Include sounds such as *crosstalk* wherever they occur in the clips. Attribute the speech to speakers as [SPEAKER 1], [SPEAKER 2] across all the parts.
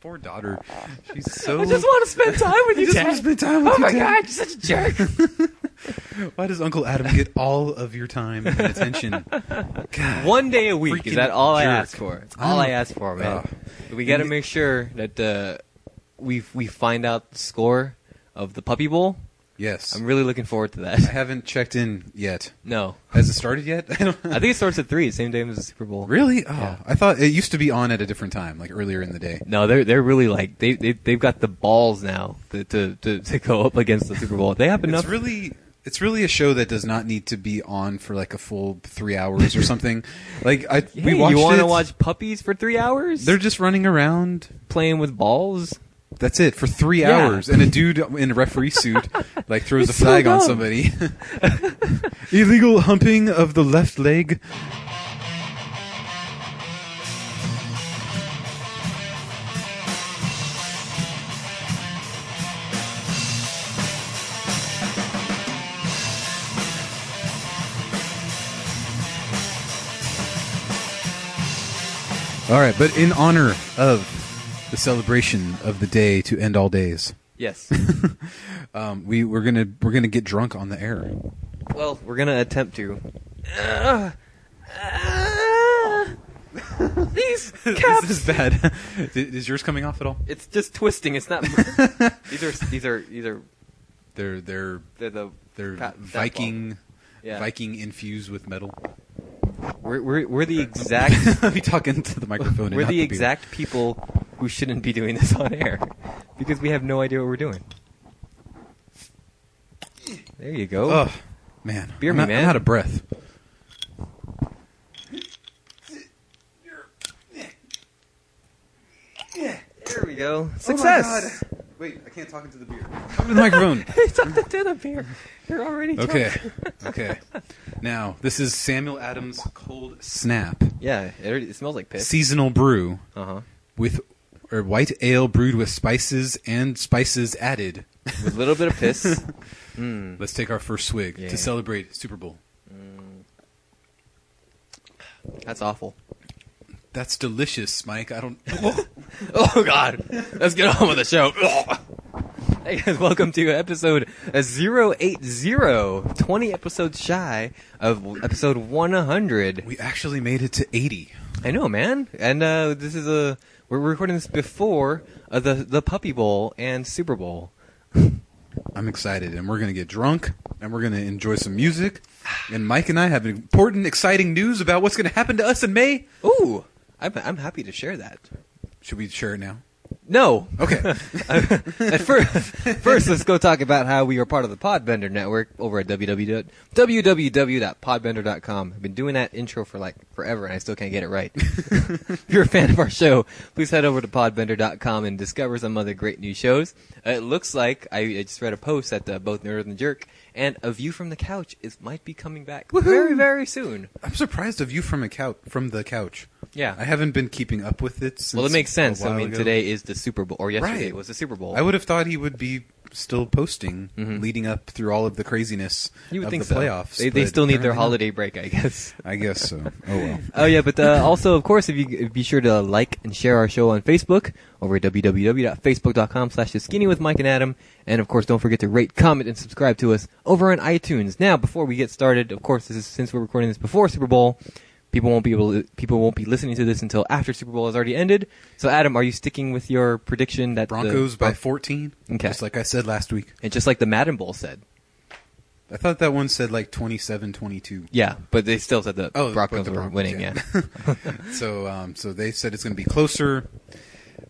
[SPEAKER 1] poor daughter. She's so.
[SPEAKER 2] I just want to spend time with
[SPEAKER 1] I
[SPEAKER 2] you.
[SPEAKER 1] just
[SPEAKER 2] Dad.
[SPEAKER 1] wanna spend time with
[SPEAKER 2] oh
[SPEAKER 1] you,
[SPEAKER 2] my
[SPEAKER 1] Dad.
[SPEAKER 2] god, you're such a
[SPEAKER 1] *laughs*
[SPEAKER 2] jerk.
[SPEAKER 1] Why does Uncle Adam get all of your time and
[SPEAKER 2] *laughs*
[SPEAKER 1] attention? God.
[SPEAKER 2] One day a week
[SPEAKER 1] Freaking
[SPEAKER 2] is that all I
[SPEAKER 1] jerk.
[SPEAKER 2] ask for? It's all I ask for, man. we got to
[SPEAKER 1] And-
[SPEAKER 2] make sure that uh, we we find out the score of the Puppy Bowl.
[SPEAKER 1] Yes.
[SPEAKER 2] I'm really looking forward to
[SPEAKER 1] I
[SPEAKER 2] that. *laughs*
[SPEAKER 1] haven't checked in yet.
[SPEAKER 2] No,
[SPEAKER 1] Has it started yet? *laughs* I don't.
[SPEAKER 2] I think it starts at three, same day as the Super Bowl.
[SPEAKER 1] Really? Oh,
[SPEAKER 2] Yeah.
[SPEAKER 1] I thought it used to be on at a different time, like earlier in the day.
[SPEAKER 2] No, they're they're really like they, they they've got the balls now to to, to, to go up against the Super Bowl. They have enough.
[SPEAKER 1] It's really it's really a show that does not need to be on for like a full three hours or something. like I we
[SPEAKER 2] Hey,
[SPEAKER 1] watched
[SPEAKER 2] you want
[SPEAKER 1] it.
[SPEAKER 2] to watch puppies for three hours?
[SPEAKER 1] They're just running around.
[SPEAKER 2] playing with balls.
[SPEAKER 1] That's it for three
[SPEAKER 2] Yeah.
[SPEAKER 1] hours, and a dude in a referee suit
[SPEAKER 2] *laughs*
[SPEAKER 1] like throws
[SPEAKER 2] It's
[SPEAKER 1] a
[SPEAKER 2] so
[SPEAKER 1] flag on
[SPEAKER 2] dumb.
[SPEAKER 1] somebody. *laughs* Illegal humping of the left leg. All right, but in honor of the celebration of the day to end all days,
[SPEAKER 2] Yes.
[SPEAKER 1] um, we we're gonna we're gonna get drunk on the air.
[SPEAKER 2] *laughs* well, we're gonna attempt to. *laughs* *laughs* these
[SPEAKER 1] this is bad. *laughs* is is yours coming off at all?
[SPEAKER 2] It's just twisting. It's not. *laughs* these are these are these are
[SPEAKER 1] *laughs* They're they're
[SPEAKER 2] they're the
[SPEAKER 1] they're
[SPEAKER 2] Pat- Pat
[SPEAKER 1] Viking
[SPEAKER 2] Yeah.
[SPEAKER 1] Viking infused with metal.
[SPEAKER 2] We're we're we're the exact
[SPEAKER 1] I'll *laughs* be talking to the microphone. and
[SPEAKER 2] we're
[SPEAKER 1] not
[SPEAKER 2] the
[SPEAKER 1] beer.
[SPEAKER 2] exact people who shouldn't be doing this on air because we have no idea what we're doing. There you go.
[SPEAKER 1] Ugh, man,
[SPEAKER 2] Beer
[SPEAKER 1] I'm
[SPEAKER 2] me,
[SPEAKER 1] not, I'm
[SPEAKER 2] man. Oh
[SPEAKER 1] out of breath.
[SPEAKER 2] There we go. Success. *laughs*
[SPEAKER 1] Wait, I can't talk into the beer. Come to the *laughs* microphone.
[SPEAKER 2] it's on the tin up here. You're already drunk.
[SPEAKER 1] okay, *laughs* okay. Now this is Samuel Adams Cold Snap
[SPEAKER 2] Yeah, it, already- it smells like piss.
[SPEAKER 1] seasonal brew.
[SPEAKER 2] Uh huh.
[SPEAKER 1] with or white ale brewed with spices and spices added.
[SPEAKER 2] With a little bit of piss.
[SPEAKER 1] Let's take our first swig
[SPEAKER 2] Hmm. Yeah.
[SPEAKER 1] to celebrate Super Bowl.
[SPEAKER 2] That's awful.
[SPEAKER 1] That's delicious, Mike. I
[SPEAKER 2] *laughs*
[SPEAKER 1] don't. Whoa.
[SPEAKER 2] Oh God. Let's get on with the show. Hey guys, welcome to episode uh, 080, 20 episodes shy of episode 100.
[SPEAKER 1] we actually made it to eighty.
[SPEAKER 2] I know, man. And uh, this is a we're recording this before uh, the the Puppy Bowl and Super Bowl.
[SPEAKER 1] I'm excited, and we're gonna get drunk, and we're gonna enjoy some music. And Mike and I have important, exciting news about what's gonna happen to us in May.
[SPEAKER 2] Ooh, I'm I'm happy to share that.
[SPEAKER 1] Should we share it now?
[SPEAKER 2] No, *laughs*
[SPEAKER 1] Okay.
[SPEAKER 2] At first, *laughs* first, let's go talk about how we are part of the Podbender Network over at www. www.podbender.com. I've been doing that intro for like forever, and I still can't get it right. if you're a fan of our show, please head over to podbender.com and discover some other great new shows. Uh, it looks like I, I just read a post that uh, both Nerd and the Jerk and A View from the Couch is might be coming back very, very soon.
[SPEAKER 1] I'm surprised of you from a couch. From the couch.
[SPEAKER 2] Yeah.
[SPEAKER 1] I haven't been keeping up with it. Since
[SPEAKER 2] well, it makes
[SPEAKER 1] a
[SPEAKER 2] sense. I
[SPEAKER 1] while
[SPEAKER 2] mean,
[SPEAKER 1] ago.
[SPEAKER 2] today is the Super Bowl, or yesterday
[SPEAKER 1] Right.
[SPEAKER 2] was the Super Bowl.
[SPEAKER 1] I would have thought he would be still posting, leading up through all of the craziness
[SPEAKER 2] Mm-hmm. you would
[SPEAKER 1] of
[SPEAKER 2] think
[SPEAKER 1] the
[SPEAKER 2] so.
[SPEAKER 1] playoffs.
[SPEAKER 2] They, they
[SPEAKER 1] but
[SPEAKER 2] still need their
[SPEAKER 1] apparently not.
[SPEAKER 2] holiday break, I guess.
[SPEAKER 1] I guess so. Oh
[SPEAKER 2] *laughs*
[SPEAKER 1] well.
[SPEAKER 2] Oh yeah, but uh, also of course, if you be sure to like and share our show on Facebook over at www.facebook.com/slash skinny with Mike and Adam, and of course, don't forget to rate, comment, and subscribe to us over on iTunes. Now, before we get started, of course, this is, since we're recording this before Super Bowl, people won't be able to, people won't be listening to this until after Super Bowl has already ended. So, Adam, are you sticking with your prediction that the-
[SPEAKER 1] Broncos by 14.
[SPEAKER 2] Okay.
[SPEAKER 1] Just like I said last week.
[SPEAKER 2] and just like the Madden Bowl said,
[SPEAKER 1] I thought that one said like 27-22.
[SPEAKER 2] yeah, but they still said the
[SPEAKER 1] Oh,
[SPEAKER 2] Broncos
[SPEAKER 1] but the
[SPEAKER 2] were
[SPEAKER 1] Broncos,
[SPEAKER 2] winning.
[SPEAKER 1] yeah.
[SPEAKER 2] Yeah,
[SPEAKER 1] So um, so they said it's going to be closer.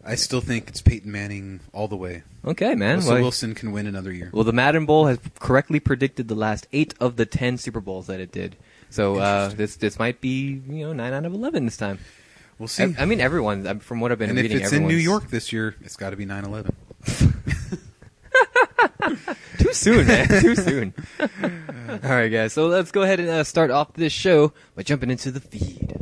[SPEAKER 1] I still think it's Peyton Manning all the way.
[SPEAKER 2] okay, man.
[SPEAKER 1] Russell
[SPEAKER 2] well-
[SPEAKER 1] Wilson can win another year.
[SPEAKER 2] Well, the Madden Bowl has correctly predicted the last eight of the ten Super Bowls that it did. So uh,
[SPEAKER 1] Interesting.
[SPEAKER 2] this this might be you know nine out of eleven this time.
[SPEAKER 1] We'll see.
[SPEAKER 2] I, I mean, everyone um, from what I've been
[SPEAKER 1] and if
[SPEAKER 2] reading,
[SPEAKER 1] it's in New
[SPEAKER 2] everyone's-
[SPEAKER 1] York this year, it's got to be 9/11.
[SPEAKER 2] too soon,
[SPEAKER 1] *laughs*
[SPEAKER 2] man, too soon. *laughs* All right, guys. So let's go ahead and uh, start off this show by jumping into the feed.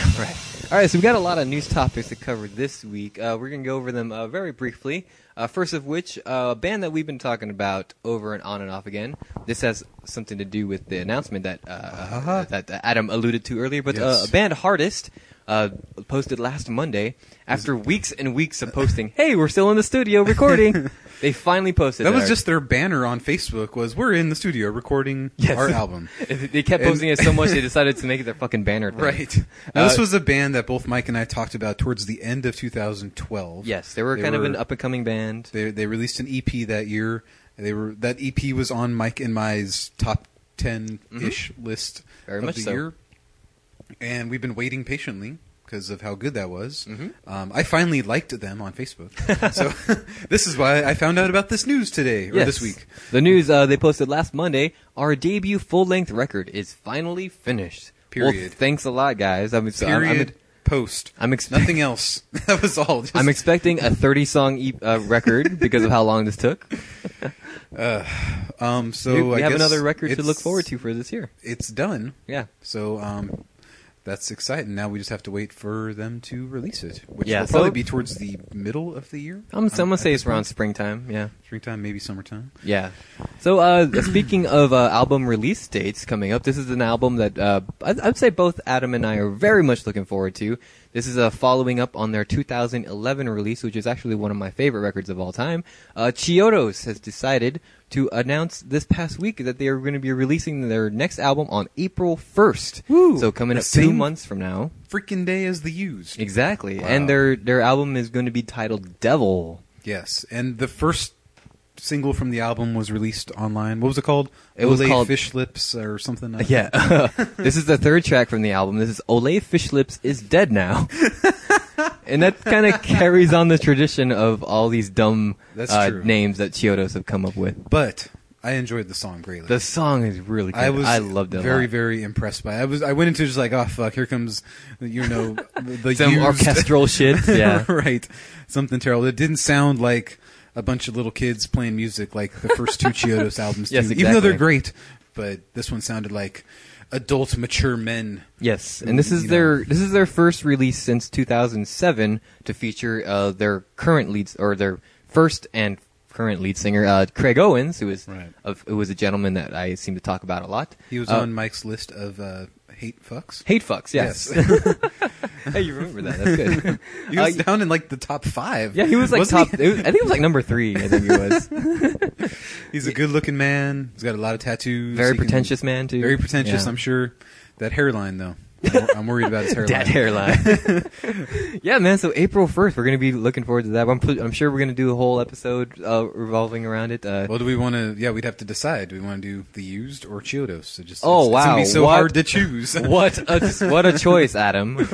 [SPEAKER 2] All right. All right, so we got a lot of news topics to cover this week. Uh, we're going to go over them uh, very briefly. Uh, first of which, uh, a band that we've been talking about over and on and off again. This has something to do with the announcement that uh, uh that that Adam alluded to earlier. But uh,
[SPEAKER 1] Uh-huh. Yes.
[SPEAKER 2] a band, Hardest, uh, posted last Monday after weeks and weeks
[SPEAKER 1] Uh-huh.
[SPEAKER 2] of posting. Hey, we're still in the
[SPEAKER 1] *laughs*
[SPEAKER 2] studio recording. they finally posted.
[SPEAKER 1] That was
[SPEAKER 2] our-
[SPEAKER 1] just their banner on Facebook was we're in the studio recording
[SPEAKER 2] *laughs* Yes.
[SPEAKER 1] our album.
[SPEAKER 2] *laughs* They kept
[SPEAKER 1] And-
[SPEAKER 2] posting it so much they decided to make it their fucking banner.
[SPEAKER 1] *laughs*
[SPEAKER 2] Thing.
[SPEAKER 1] Right. Now, this
[SPEAKER 2] Uh,
[SPEAKER 1] was a band that both Mike and I talked about towards the end of 2012.
[SPEAKER 2] Yes, they were kind of an up and coming band.
[SPEAKER 1] They they released an EP that year. They were that EP was on Mike and Mai's top ten ish list
[SPEAKER 2] Mm-hmm. Very
[SPEAKER 1] of
[SPEAKER 2] much
[SPEAKER 1] the
[SPEAKER 2] so.
[SPEAKER 1] year, and we've been waiting patiently because of how good that was.
[SPEAKER 2] Mm-hmm.
[SPEAKER 1] Um, I finally liked them on
[SPEAKER 2] *laughs*
[SPEAKER 1] Facebook, so *laughs* this is why I found out about this news today or
[SPEAKER 2] Yes.
[SPEAKER 1] this week.
[SPEAKER 2] The news uh, they posted last Monday. Our debut full length record is finally finished. Well,
[SPEAKER 1] Period.
[SPEAKER 2] thanks a lot, guys. I'm, so I'm- I'm-
[SPEAKER 1] Period. post.
[SPEAKER 2] I'm expect-
[SPEAKER 1] nothing else. *laughs* that was all. Just,
[SPEAKER 2] *laughs* I'm expecting a 30 song e- uh,
[SPEAKER 1] *laughs*
[SPEAKER 2] record because of how long this took.
[SPEAKER 1] um. So
[SPEAKER 2] we
[SPEAKER 1] I
[SPEAKER 2] we have
[SPEAKER 1] guess
[SPEAKER 2] another record to
[SPEAKER 1] it's-
[SPEAKER 2] look forward to for this year.
[SPEAKER 1] It's done.
[SPEAKER 2] Yeah.
[SPEAKER 1] So um, that's exciting. Now we just have to wait for them to release it, which
[SPEAKER 2] Yeah,
[SPEAKER 1] will
[SPEAKER 2] so-
[SPEAKER 1] probably be towards the middle of the year.
[SPEAKER 2] I'm, I'm
[SPEAKER 1] Um,
[SPEAKER 2] gonna
[SPEAKER 1] at
[SPEAKER 2] say it's
[SPEAKER 1] this point.
[SPEAKER 2] around springtime. Yeah.
[SPEAKER 1] springtime, maybe summertime.
[SPEAKER 2] Yeah. So uh, speaking of uh, album release dates coming up, this is an album that uh, I'd, I'd say both Adam and I are very much looking forward to. This is uh, following up on their 2011 release, which is actually one of my favorite records of all time. Uh, Chiodos has decided to announce this past week that they are going to be releasing their next album on April 1st.
[SPEAKER 1] Woo!
[SPEAKER 2] so coming
[SPEAKER 1] The
[SPEAKER 2] up two
[SPEAKER 1] same-
[SPEAKER 2] months from now.
[SPEAKER 1] Freaking day as the used.
[SPEAKER 2] Exactly.
[SPEAKER 1] Wow.
[SPEAKER 2] And their their album is going to be titled Devil.
[SPEAKER 1] Yes, and the first single from the album was released online. What was it called?
[SPEAKER 2] It was
[SPEAKER 1] Olay
[SPEAKER 2] called-
[SPEAKER 1] Fish Lips or something. I-
[SPEAKER 2] Yeah. *laughs* this is the third track from the album. This is Ole Fishlips is dead
[SPEAKER 1] *laughs*
[SPEAKER 2] now. and that kind of carries on the tradition of all these dumb
[SPEAKER 1] That's
[SPEAKER 2] uh,
[SPEAKER 1] true.
[SPEAKER 2] names that Chiodos have come up with.
[SPEAKER 1] But I enjoyed the song greatly.
[SPEAKER 2] The song is really good.
[SPEAKER 1] I was
[SPEAKER 2] loved it. a
[SPEAKER 1] very
[SPEAKER 2] lot.
[SPEAKER 1] very impressed by. It. I was I went into just like oh fuck here comes you
[SPEAKER 2] *laughs*
[SPEAKER 1] know the
[SPEAKER 2] some
[SPEAKER 1] used. *laughs*
[SPEAKER 2] orchestral shit. Yeah.
[SPEAKER 1] right. Something terrible. It didn't sound like a bunch of little kids playing music like the first
[SPEAKER 2] *laughs*
[SPEAKER 1] two Chiodos albums.
[SPEAKER 2] Yes,
[SPEAKER 1] do, Even though
[SPEAKER 2] exactly.
[SPEAKER 1] they're great, but this one sounded like adult, mature men.
[SPEAKER 2] Yes, and this is
[SPEAKER 1] You
[SPEAKER 2] their
[SPEAKER 1] know.
[SPEAKER 2] this is their first release since 2007 to feature uh, their current leads or their first and current lead singer uh, Craig Owens, who is
[SPEAKER 1] Right.
[SPEAKER 2] of, who was a gentleman that I seem to talk about a lot.
[SPEAKER 1] He was
[SPEAKER 2] Uh,
[SPEAKER 1] on Mike's list of uh, hate fucks.
[SPEAKER 2] Hate
[SPEAKER 1] *laughs*
[SPEAKER 2] fucks, yes. *laughs* hey, you remember that? That's good.
[SPEAKER 1] He was
[SPEAKER 2] Uh,
[SPEAKER 1] down in like the top five.
[SPEAKER 2] yeah, he was like
[SPEAKER 1] Wasn't
[SPEAKER 2] top. It was, I think it was like number three.
[SPEAKER 1] *laughs*
[SPEAKER 2] I think he was
[SPEAKER 1] He's a good-looking man. He's got a lot of tattoos.
[SPEAKER 2] very
[SPEAKER 1] He can-
[SPEAKER 2] pretentious man too.
[SPEAKER 1] Very pretentious.
[SPEAKER 2] Yeah.
[SPEAKER 1] I'm sure. That hairline though, I'm wor- I'm worried about
[SPEAKER 2] *laughs*
[SPEAKER 1] his hairline.
[SPEAKER 2] That
[SPEAKER 1] *laughs*
[SPEAKER 2] hairline. *laughs* yeah, man. So April first, we're gonna be looking forward to that. I'm, pl- I'm sure we're gonna do a whole episode uh, revolving around it. Uh,
[SPEAKER 1] Well, do we want to? Yeah, we'd have to decide. Do we want to do the used or Chiodos? So just it's,
[SPEAKER 2] Oh,
[SPEAKER 1] it's gonna
[SPEAKER 2] wow.
[SPEAKER 1] be so
[SPEAKER 2] What?
[SPEAKER 1] hard to choose.
[SPEAKER 2] *laughs* what a what a
[SPEAKER 1] *laughs*
[SPEAKER 2] choice, Adam.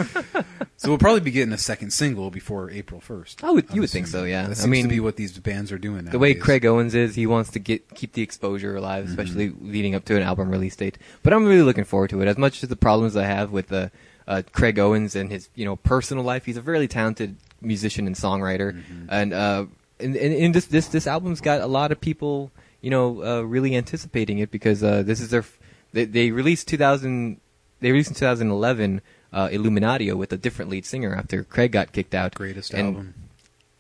[SPEAKER 1] So we'll probably be getting a second single before April first.
[SPEAKER 2] I would- you would think so, yeah. I
[SPEAKER 1] That seems
[SPEAKER 2] mean,
[SPEAKER 1] to be what these bands are doing. Nowadays. Mm-hmm.
[SPEAKER 2] The way Craig Owens is, he wants to get keep the exposure alive, especially leading up to an album release date. But I'm really looking forward to it. As much as the problems I have with uh, uh, Craig Owens and his you know personal life, he's a really talented musician and songwriter,
[SPEAKER 1] Mm-hmm.
[SPEAKER 2] and uh, and, and, and this this this album's got a lot of people you know uh, really anticipating it because uh, this is their f- they, they released 2000 they released in 2011 uh, Illuminatio with a different lead singer after Craig got kicked out.
[SPEAKER 1] greatest
[SPEAKER 2] And-
[SPEAKER 1] album.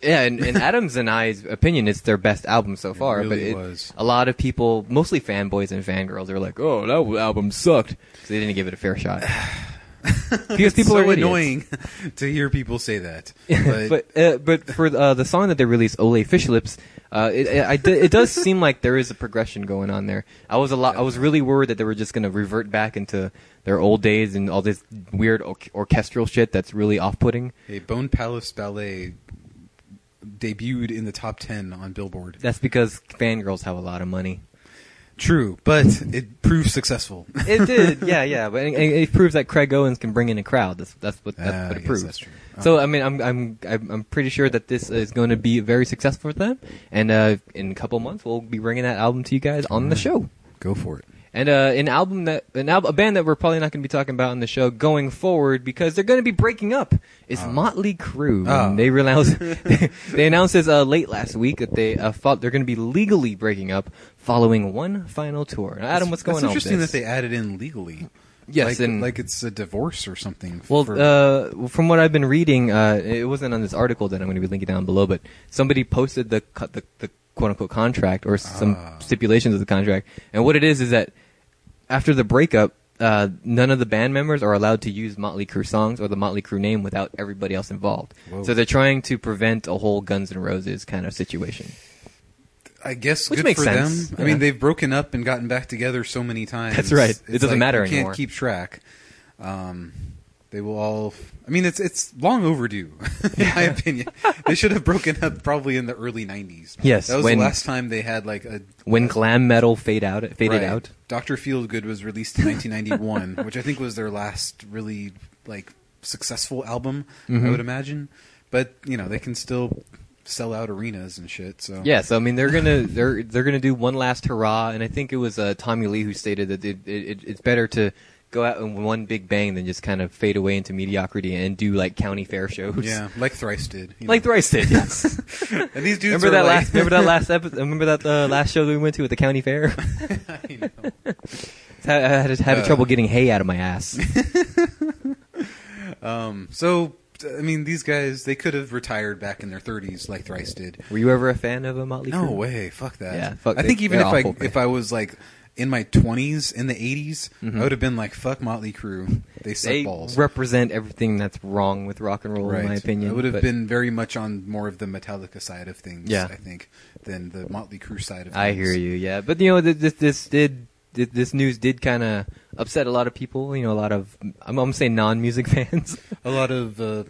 [SPEAKER 2] yeah,
[SPEAKER 1] *laughs*
[SPEAKER 2] and, and Adams and I's opinion, it's their best album so far. but
[SPEAKER 1] really
[SPEAKER 2] it,
[SPEAKER 1] was.
[SPEAKER 2] a lot of people, mostly fanboys and fangirls, are like, "Oh, that album sucked." 'cause they didn't give it a
[SPEAKER 1] *sighs*
[SPEAKER 2] fair shot. because
[SPEAKER 1] It's
[SPEAKER 2] people
[SPEAKER 1] so
[SPEAKER 2] are idiots.
[SPEAKER 1] annoying *laughs* to hear people say
[SPEAKER 2] *laughs*
[SPEAKER 1] that. But,
[SPEAKER 2] but uh, but for uh, the song that they released, Ole Fish Lips, uh, it, it, I d- it does seem like there is a progression going on there. I was a lot. I was really worried that they were just going to revert back into their old days and all this weird or- orchestral shit that's really off-putting.
[SPEAKER 1] a Bone Palace Ballet debuted in the top ten on Billboard.
[SPEAKER 2] That's because fangirls have a lot of money.
[SPEAKER 1] True, but it proved successful. *laughs*
[SPEAKER 2] It did, yeah, yeah. But it, it proves that Craig Owens can bring in a crowd. That's that's what that's
[SPEAKER 1] Ah, I
[SPEAKER 2] what it
[SPEAKER 1] guess
[SPEAKER 2] proves.
[SPEAKER 1] that's true.
[SPEAKER 2] So I mean, I'm I'm I'm I'm pretty sure that this is going to be very successful for them. And uh, in a couple months, we'll be bringing that album to you guys on
[SPEAKER 1] Mm.
[SPEAKER 2] the show.
[SPEAKER 1] Go for it.
[SPEAKER 2] And uh, an album that an al- a band that we're probably not going to be talking about on the show going forward because they're going to be breaking up is
[SPEAKER 1] Ah.
[SPEAKER 2] Motley Crue.
[SPEAKER 1] Oh.
[SPEAKER 2] And they announced *laughs* they announced this uh, late last week that they uh, fought, they're going to be legally breaking up following one final tour. Now, Adam, what's going
[SPEAKER 1] That's
[SPEAKER 2] on? with
[SPEAKER 1] interesting
[SPEAKER 2] this?
[SPEAKER 1] that they added in legally.
[SPEAKER 2] Yes,
[SPEAKER 1] like,
[SPEAKER 2] and-
[SPEAKER 1] like it's a divorce or something.
[SPEAKER 2] Well,
[SPEAKER 1] for-
[SPEAKER 2] uh, from what I've been reading, uh, it wasn't on this article that I'm going to be linking down below, but somebody posted the co- the, the quote unquote contract or some
[SPEAKER 1] Ah.
[SPEAKER 2] stipulations of the contract, and what it is is that after the breakup, uh, none of the band members are allowed to use Motley Crue songs or the Motley Crue name without everybody else involved.
[SPEAKER 1] Whoa.
[SPEAKER 2] So they're trying to prevent a whole Guns N' Roses kind of situation.
[SPEAKER 1] I guess
[SPEAKER 2] which
[SPEAKER 1] good
[SPEAKER 2] makes
[SPEAKER 1] for
[SPEAKER 2] sense,
[SPEAKER 1] them. I
[SPEAKER 2] yeah.
[SPEAKER 1] mean, they've broken up and gotten back together so many times.
[SPEAKER 2] That's right. It
[SPEAKER 1] It's
[SPEAKER 2] doesn't
[SPEAKER 1] like
[SPEAKER 2] matter
[SPEAKER 1] you
[SPEAKER 2] anymore.
[SPEAKER 1] Can't keep track. Um, they will all. I mean, it's it's long overdue, *laughs* in my opinion. They should have broken up probably in the early '90s.
[SPEAKER 2] Yes,
[SPEAKER 1] that was
[SPEAKER 2] when-
[SPEAKER 1] the last time they had like a
[SPEAKER 2] When glam metal fade out, faded out.
[SPEAKER 1] Doctor Feelgood was released in 1991, which I think was their last really like successful album.
[SPEAKER 2] Mm-hmm.
[SPEAKER 1] I would imagine, but you know they can still sell out arenas and shit. So
[SPEAKER 2] Yeah, so I mean they're gonna they're they're gonna do one last hurrah, and I think it was uh, Tommy Lee who stated that it, it, it's better to go out in one big bang than just kind of fade away into mediocrity and do like county fair shows.
[SPEAKER 1] yeah, like Thrice did. you
[SPEAKER 2] like
[SPEAKER 1] know.
[SPEAKER 2] Thrice did. Yes.
[SPEAKER 1] And these dudes
[SPEAKER 2] *laughs* remember that
[SPEAKER 1] are like-
[SPEAKER 2] last remember that last episode, remember that uh, last show that we went to at the
[SPEAKER 1] *laughs*
[SPEAKER 2] county fair.
[SPEAKER 1] I know.
[SPEAKER 2] I had, I had
[SPEAKER 1] Uh.
[SPEAKER 2] trouble getting hay out of my ass.
[SPEAKER 1] Um, so, I mean, these guys, they could have retired back in their 30s like Thrice did.
[SPEAKER 2] Were you ever a fan of a Motley?
[SPEAKER 1] No
[SPEAKER 2] Crue?
[SPEAKER 1] way. Fuck that.
[SPEAKER 2] Yeah, fuck-
[SPEAKER 1] I think
[SPEAKER 2] they-
[SPEAKER 1] even if
[SPEAKER 2] they're
[SPEAKER 1] I,
[SPEAKER 2] awful, man. Mm-hmm.
[SPEAKER 1] if I was like in my 20s, in the 80s, I would have been like, fuck Motley Crue. They suck
[SPEAKER 2] They
[SPEAKER 1] balls.
[SPEAKER 2] represent everything that's wrong with rock and roll, in my opinion.
[SPEAKER 1] I would have
[SPEAKER 2] but
[SPEAKER 1] been very much on more of the Metallica side of things,
[SPEAKER 2] Yeah.
[SPEAKER 1] I think, than the Motley Crue side of things.
[SPEAKER 2] I hear you. Yeah, but you know th- this this did th- this news did kind of upset a lot of people. You know, a lot of I'm, I'm saying non-music *laughs* fans.
[SPEAKER 1] A lot of uh,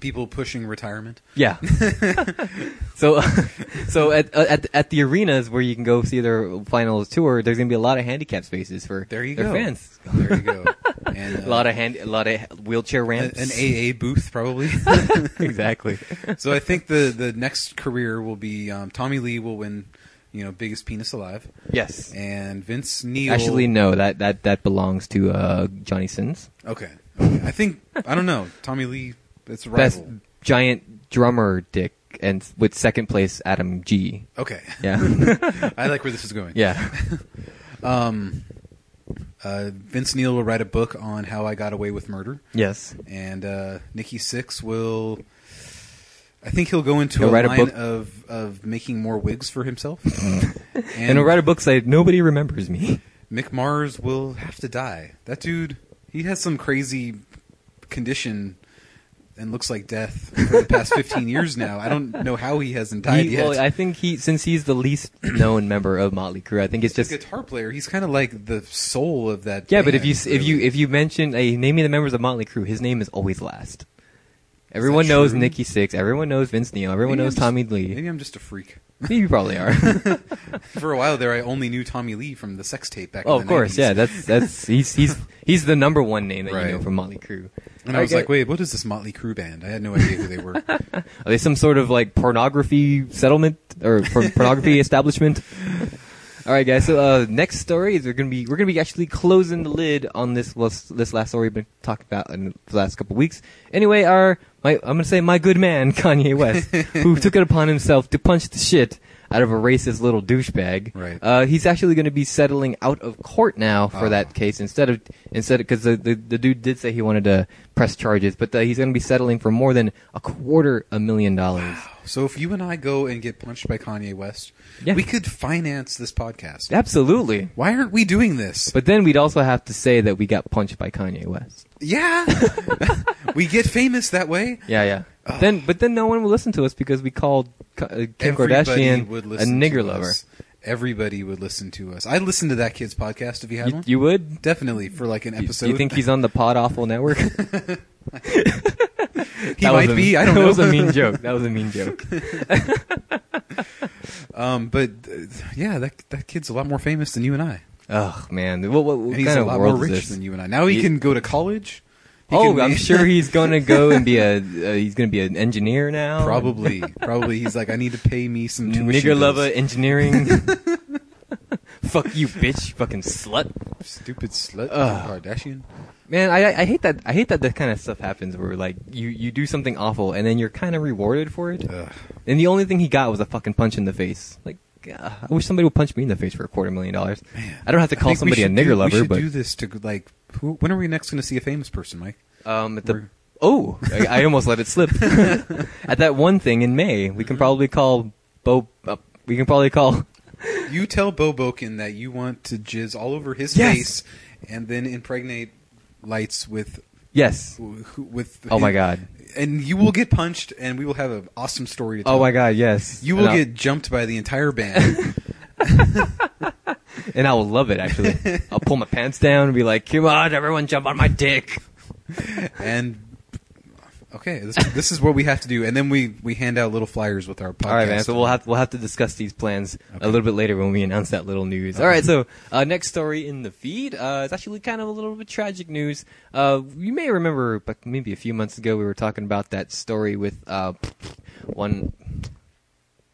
[SPEAKER 1] people pushing retirement.
[SPEAKER 2] yeah. *laughs* so *laughs* so at uh, at at the arenas where you can go see their finals tour, there's gonna be a lot of handicap spaces for
[SPEAKER 1] There you
[SPEAKER 2] their
[SPEAKER 1] go.
[SPEAKER 2] fans.
[SPEAKER 1] There you
[SPEAKER 2] *laughs*
[SPEAKER 1] go. And,
[SPEAKER 2] A lot of hand, a lot of wheelchair
[SPEAKER 1] an,
[SPEAKER 2] ramps.
[SPEAKER 1] an AA
[SPEAKER 2] *laughs*
[SPEAKER 1] booth, probably. *laughs*
[SPEAKER 2] exactly.
[SPEAKER 1] so I think the the next career will be um, Tommy Lee will win, you know, biggest penis alive,
[SPEAKER 2] Yes.
[SPEAKER 1] and Vince Neil.
[SPEAKER 2] Actually, no. That that that belongs to uh, Johnny Sins.
[SPEAKER 1] okay, okay. I think I don't know Tommy Lee. It's a rival.
[SPEAKER 2] Best giant drummer dick, and with second place Adam G.
[SPEAKER 1] Okay, *laughs*
[SPEAKER 2] Yeah.
[SPEAKER 1] I like where this is going.
[SPEAKER 2] yeah.
[SPEAKER 1] Um, uh, Vince Neil will write a book on how I got away with murder,
[SPEAKER 2] Yes.
[SPEAKER 1] and uh, Nikki Six will. I think he'll go into
[SPEAKER 2] He'll
[SPEAKER 1] a
[SPEAKER 2] write a
[SPEAKER 1] line
[SPEAKER 2] book-
[SPEAKER 1] of of making more wigs for himself,
[SPEAKER 2] *laughs*
[SPEAKER 1] and,
[SPEAKER 2] And, he'll write a book saying nobody
[SPEAKER 1] *laughs*
[SPEAKER 2] remembers me.
[SPEAKER 1] Mick Mars will have to die. That dude, he has some crazy condition and looks like death for the past 15
[SPEAKER 2] *laughs*
[SPEAKER 1] years now. I don't know how he hasn't died
[SPEAKER 2] He-
[SPEAKER 1] yet.
[SPEAKER 2] well, I think he since he's
[SPEAKER 1] *clears throat*
[SPEAKER 2] the least known member of Motley Crue, I think it's
[SPEAKER 1] He's
[SPEAKER 2] just
[SPEAKER 1] a guitar player. He's kind of like the soul of that.
[SPEAKER 2] yeah. But if you
[SPEAKER 1] band,
[SPEAKER 2] if you
[SPEAKER 1] really.
[SPEAKER 2] if you mention hey, name me the members of Motley Crue, his name is always last. Everyone
[SPEAKER 1] that
[SPEAKER 2] knows
[SPEAKER 1] true?
[SPEAKER 2] Nikki Six. Everyone knows Vince Neil. Everyone
[SPEAKER 1] Maybe I'm
[SPEAKER 2] knows
[SPEAKER 1] just-
[SPEAKER 2] Tommy Lee.
[SPEAKER 1] maybe I'm just a freak.
[SPEAKER 2] you probably
[SPEAKER 1] *laughs*
[SPEAKER 2] are. *laughs*
[SPEAKER 1] For a while there, I only knew Tommy Lee from the sex tape back.
[SPEAKER 2] oh,
[SPEAKER 1] in
[SPEAKER 2] of
[SPEAKER 1] the
[SPEAKER 2] course.
[SPEAKER 1] 90s.
[SPEAKER 2] Yeah. That's that's he's he's he's the number one name that
[SPEAKER 1] Right.
[SPEAKER 2] you know from Motley Crue.
[SPEAKER 1] And I was
[SPEAKER 2] get-
[SPEAKER 1] like, wait, what is this Motley Crue band? I had no idea who they
[SPEAKER 2] *laughs*
[SPEAKER 1] were.
[SPEAKER 2] are they some sort of like pornography settlement or por- pornography establishment? All right, guys. So uh, next story is we're gonna be we're gonna be actually closing the lid on this last, this last story we've been talking about in the last couple weeks. Anyway, our my I'm gonna say my good man *laughs* Kanye West, who took it upon himself to punch the shit out of a racist little douchebag.
[SPEAKER 1] Right.
[SPEAKER 2] Uh, he's actually gonna be settling out of court now for
[SPEAKER 1] Ah.
[SPEAKER 2] that case instead of instead because the, the the dude did say he wanted to press charges, but uh, he's gonna be settling for more than a quarter a million dollars.
[SPEAKER 1] so if you and I go and get punched by Kanye West,
[SPEAKER 2] Yeah.
[SPEAKER 1] we could finance this podcast.
[SPEAKER 2] Absolutely.
[SPEAKER 1] Why aren't we doing this?
[SPEAKER 2] But then we'd also have to say that we got punched by Kanye West. *laughs*
[SPEAKER 1] Yeah, we get famous that way.
[SPEAKER 2] Yeah, yeah.
[SPEAKER 1] Ah.
[SPEAKER 2] Then, but then no one will listen to us because we called Ka- uh, Kim Kardashian a nigger
[SPEAKER 1] to
[SPEAKER 2] lover.
[SPEAKER 1] us. Everybody would listen to us. I'd listen to that kid's podcast if he had
[SPEAKER 2] You,
[SPEAKER 1] one.
[SPEAKER 2] you would?
[SPEAKER 1] Definitely for like an
[SPEAKER 2] You,
[SPEAKER 1] episode.
[SPEAKER 2] you think he's on the Pod
[SPEAKER 1] *laughs*
[SPEAKER 2] Awful Network? he
[SPEAKER 1] he might be? I don't
[SPEAKER 2] *laughs* that
[SPEAKER 1] know.
[SPEAKER 2] was a mean joke. That was a mean joke.
[SPEAKER 1] *laughs* um, but uh, yeah, that that kid's a lot more famous than you and I.
[SPEAKER 2] Ugh, man. What, what, what
[SPEAKER 1] And he's
[SPEAKER 2] kind
[SPEAKER 1] a
[SPEAKER 2] of
[SPEAKER 1] lot
[SPEAKER 2] world
[SPEAKER 1] more
[SPEAKER 2] is
[SPEAKER 1] rich
[SPEAKER 2] this?
[SPEAKER 1] than you and I. Now he
[SPEAKER 2] He-
[SPEAKER 1] can go to college. He
[SPEAKER 2] oh,
[SPEAKER 1] can-
[SPEAKER 2] I'm sure he's gonna go and *laughs* be a. Uh, he's gonna be an engineer
[SPEAKER 1] *laughs*
[SPEAKER 2] now.
[SPEAKER 1] probably probably he's like I need to pay me some tuition.
[SPEAKER 2] nigger
[SPEAKER 1] bills.
[SPEAKER 2] lover *laughs* engineering. Fuck you, bitch! Fucking slut.
[SPEAKER 1] stupid slut
[SPEAKER 2] Ugh.
[SPEAKER 1] Kardashian.
[SPEAKER 2] Man, I I I hate that I hate that that kind of stuff happens where like you you do something awful and then you're kind of rewarded for it.
[SPEAKER 1] Ugh.
[SPEAKER 2] And the only thing he got was a fucking punch in the face. Like like, uh, I wish somebody would punch me in the face for a quarter million dollars.
[SPEAKER 1] Man.
[SPEAKER 2] I don't have to call
[SPEAKER 1] think we
[SPEAKER 2] somebody a
[SPEAKER 1] should
[SPEAKER 2] nigger
[SPEAKER 1] do, We
[SPEAKER 2] lover,
[SPEAKER 1] should
[SPEAKER 2] but
[SPEAKER 1] do this to like. Who, when are we next going to see a famous person, Mike?
[SPEAKER 2] um, at the
[SPEAKER 1] We're-
[SPEAKER 2] oh, I, I almost let
[SPEAKER 1] *laughs*
[SPEAKER 2] it slip. at that one thing in May, we can probably call Bo. Uh, we can probably call
[SPEAKER 1] You tell Bo Boken that you want to jizz all over his
[SPEAKER 2] Yes.
[SPEAKER 1] face and then impregnate lights with
[SPEAKER 2] yes.
[SPEAKER 1] with.
[SPEAKER 2] Oh my god.
[SPEAKER 1] And you will get punched, and we will have an awesome story. to tell.
[SPEAKER 2] Oh my god. Yes.
[SPEAKER 1] You will
[SPEAKER 2] And I'll-
[SPEAKER 1] get jumped by the entire
[SPEAKER 2] *laughs*
[SPEAKER 1] band.
[SPEAKER 2] and I will love it.
[SPEAKER 1] *laughs*
[SPEAKER 2] Actually, I'll pull my pants down and be like, "Come on, everyone, jump on my dick."
[SPEAKER 1] and okay, this, this is what we have to do. And then we we hand out little flyers with our podcast.
[SPEAKER 2] All right, man. So we'll have we'll have to discuss these plans
[SPEAKER 1] Okay.
[SPEAKER 2] a little bit later when we announce that little news. All right. So uh, next story in the feed uh, is actually kind of a little bit tragic news. Uh, you may remember, but maybe a few months ago, we were talking about that story with uh, one.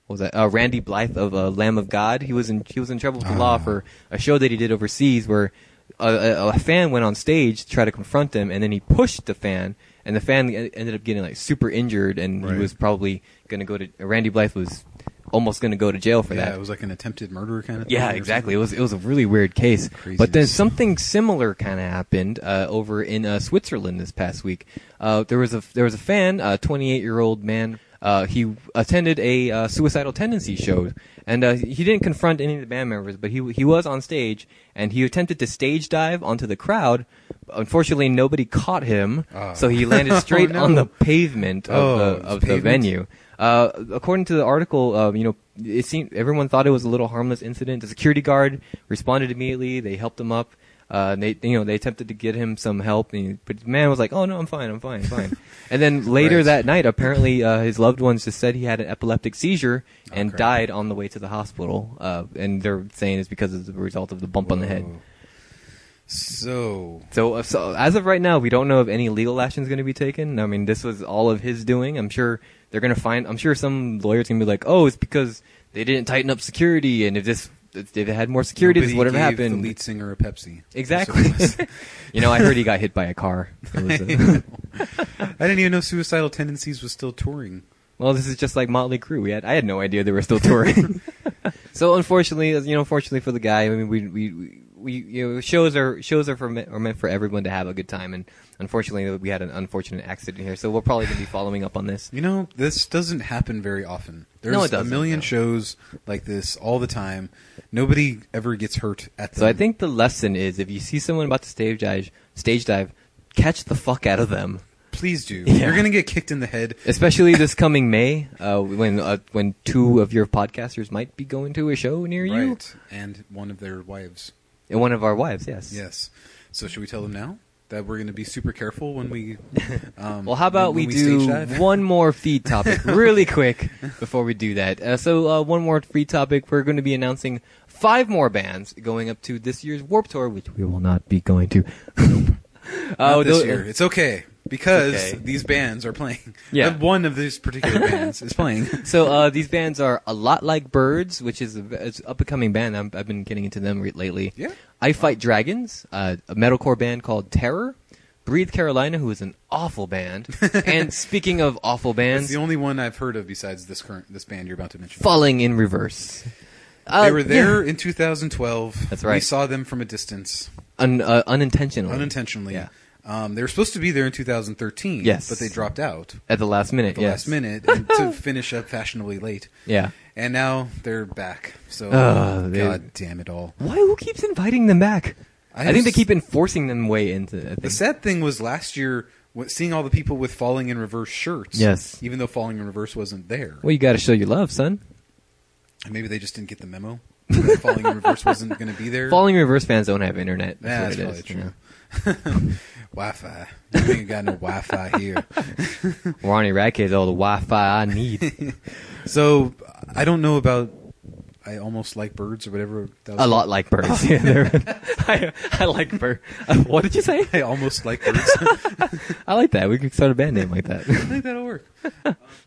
[SPEAKER 2] What was that uh, Randy Blythe of uh, Lamb of God? He was in he was in trouble with the
[SPEAKER 1] Ah.
[SPEAKER 2] law for a show that he did overseas where a, a, a fan went on stage to try to confront him, and then he pushed the fan, and the fan e- ended up getting like super injured, and
[SPEAKER 1] Right.
[SPEAKER 2] he was probably going to go to Randy Blythe was almost going to go to jail for
[SPEAKER 1] yeah,
[SPEAKER 2] that.
[SPEAKER 1] it was like an attempted murder kind of. thing or
[SPEAKER 2] Yeah,
[SPEAKER 1] something.
[SPEAKER 2] exactly. It was it was a really weird case. But then
[SPEAKER 1] Craziness.
[SPEAKER 2] something similar kind of happened uh, over in uh, Switzerland this past week. Uh, there was a there was a fan, a 28 year old man. Uh, he attended a uh, suicidal tendency show, and uh, he didn't confront any of the band members, but he he was on stage and he attempted to stage dive onto the crowd. Unfortunately, nobody caught him,
[SPEAKER 1] Ah.
[SPEAKER 2] so
[SPEAKER 1] *laughs*
[SPEAKER 2] he landed
[SPEAKER 1] Oh,
[SPEAKER 2] straight
[SPEAKER 1] no.
[SPEAKER 2] on the pavement of
[SPEAKER 1] Oh,
[SPEAKER 2] the
[SPEAKER 1] it's
[SPEAKER 2] of the
[SPEAKER 1] pavement?
[SPEAKER 2] venue. Uh, according to the article, um, you know, it seemed everyone thought it was a little harmless incident. The security guard responded immediately. They helped him up. Uh, and they, you know, they attempted to get him some help, and, but the man was like, "Oh no, I'm fine, I'm
[SPEAKER 1] *laughs*
[SPEAKER 2] fine, fine." and then later
[SPEAKER 1] Right.
[SPEAKER 2] that night, apparently uh, his loved ones just said he had an epileptic seizure
[SPEAKER 1] Oh,
[SPEAKER 2] and
[SPEAKER 1] crap.
[SPEAKER 2] died on the way to the hospital. Uh, and they're saying it's because of the result of the bump on the head.
[SPEAKER 1] Whoa. So
[SPEAKER 2] So, uh, so as of right now, we don't know if any legal action is going to be taken. I mean, this was all of his doing. I'm sure they're going to find. I'm sure some lawyers going to be like, "Oh, it's because they didn't tighten up security, and if this, if they had more security, this
[SPEAKER 1] Nobody
[SPEAKER 2] would have
[SPEAKER 1] gave
[SPEAKER 2] happened."
[SPEAKER 1] The lead singer a Pepsi.
[SPEAKER 2] Exactly.
[SPEAKER 1] That's what it
[SPEAKER 2] *laughs* you know, I heard he got hit by a car. It was,
[SPEAKER 1] *laughs*
[SPEAKER 2] uh,
[SPEAKER 1] was. I didn't even know Suicidal Tendencies was still touring.
[SPEAKER 2] well, this is just like Motley Crue. We had, I had no idea they were still touring. so, unfortunately, as- you know, unfortunately for the guy, I mean, we we. we we you know shows are shows are for me- are meant for everyone to have a good time and unfortunately we had an unfortunate accident here so we're probably gonna be following up on this
[SPEAKER 1] You know, this doesn't happen very often. There's
[SPEAKER 2] No, it
[SPEAKER 1] a
[SPEAKER 2] doesn't,
[SPEAKER 1] million
[SPEAKER 2] no.
[SPEAKER 1] shows like this all the time. Nobody ever gets hurt at them.
[SPEAKER 2] So I think the lesson is if you see someone about to stage dive, stage dive, catch the fuck out of them.
[SPEAKER 1] please do.
[SPEAKER 2] Yeah.
[SPEAKER 1] You're gonna get kicked in the head.
[SPEAKER 2] Especially this coming May, uh, when uh, when two of your podcasters might be going to a show near you,
[SPEAKER 1] Right. And one of their wives.
[SPEAKER 2] and one of our wives. Yes.
[SPEAKER 1] Yes. So should we tell them now that we're gonna be super careful when
[SPEAKER 2] *laughs*
[SPEAKER 1] we? Um,
[SPEAKER 2] Well, how about we,
[SPEAKER 1] when stage
[SPEAKER 2] do
[SPEAKER 1] dive?
[SPEAKER 2] one more feed
[SPEAKER 1] *laughs*
[SPEAKER 2] topic really quick before we do that? Uh, so, uh, one more feed topic. We're going to be announcing five more bands going up to this year's Warp Tour, which we will not be going to. *laughs*
[SPEAKER 1] Not
[SPEAKER 2] Oh,
[SPEAKER 1] this
[SPEAKER 2] tho-
[SPEAKER 1] year. It's okay because
[SPEAKER 2] Okay.
[SPEAKER 1] these bands are playing.
[SPEAKER 2] Yeah.
[SPEAKER 1] One of these
[SPEAKER 2] *laughs*
[SPEAKER 1] particular bands is playing.
[SPEAKER 2] so uh, these bands are a lot like Birds, which is an up and coming band. I'm, I've been getting into them re- lately.
[SPEAKER 1] Yeah.
[SPEAKER 2] I Fight Dragons, uh, a metalcore band called Terror. Breathe Carolina, who is an
[SPEAKER 1] *laughs*
[SPEAKER 2] awful band. and speaking of awful
[SPEAKER 1] It's
[SPEAKER 2] bands,
[SPEAKER 1] the only one I've heard of besides this current this band you're about to mention.
[SPEAKER 2] Falling in Reverse. Uh,
[SPEAKER 1] they were there
[SPEAKER 2] yeah.
[SPEAKER 1] in 2012.
[SPEAKER 2] That's
[SPEAKER 1] We
[SPEAKER 2] right.
[SPEAKER 1] saw them from a distance,
[SPEAKER 2] Un- uh, unintentionally.
[SPEAKER 1] unintentionally.
[SPEAKER 2] Yeah.
[SPEAKER 1] Um, they were supposed to be there in 2013.
[SPEAKER 2] Yes.
[SPEAKER 1] but they dropped out
[SPEAKER 2] At the last minute.
[SPEAKER 1] at the
[SPEAKER 2] yes.
[SPEAKER 1] last minute and
[SPEAKER 2] *laughs*
[SPEAKER 1] to finish up fashionably late.
[SPEAKER 2] Yeah.
[SPEAKER 1] And now they're back. So
[SPEAKER 2] Ah, they-
[SPEAKER 1] god damn it all.
[SPEAKER 2] Why? Who keeps inviting them back?
[SPEAKER 1] I
[SPEAKER 2] I, think they
[SPEAKER 1] just-
[SPEAKER 2] keep enforcing them way into. I think.
[SPEAKER 1] The sad thing was last year wa- seeing all the people with falling in reverse shirts.
[SPEAKER 2] Yes.
[SPEAKER 1] even though falling in reverse wasn't there.
[SPEAKER 2] well, you got to show your love, son.
[SPEAKER 1] And Maybe they just didn't get the memo. *laughs* that falling in reverse wasn't going to be there.
[SPEAKER 2] Falling in Reverse fans don't have internet.
[SPEAKER 1] Yeah,
[SPEAKER 2] That's,
[SPEAKER 1] that's
[SPEAKER 2] what
[SPEAKER 1] probably
[SPEAKER 2] it is. you know.
[SPEAKER 1] true. *laughs* Wi-Fi. You ain't got no Wi-Fi
[SPEAKER 2] *laughs*
[SPEAKER 1] here.
[SPEAKER 2] Ronnie Radke's all the Wi-Fi I *laughs* need.
[SPEAKER 1] So I don't know about. I almost like birds or whatever. That was
[SPEAKER 2] A lot like *laughs* birds. Yeah, they're- I, I like birds. *laughs* What did you *laughs* say?
[SPEAKER 1] *laughs* I almost like birds. I
[SPEAKER 2] I like that. We could start a band name like that. *laughs*
[SPEAKER 1] think that'll work.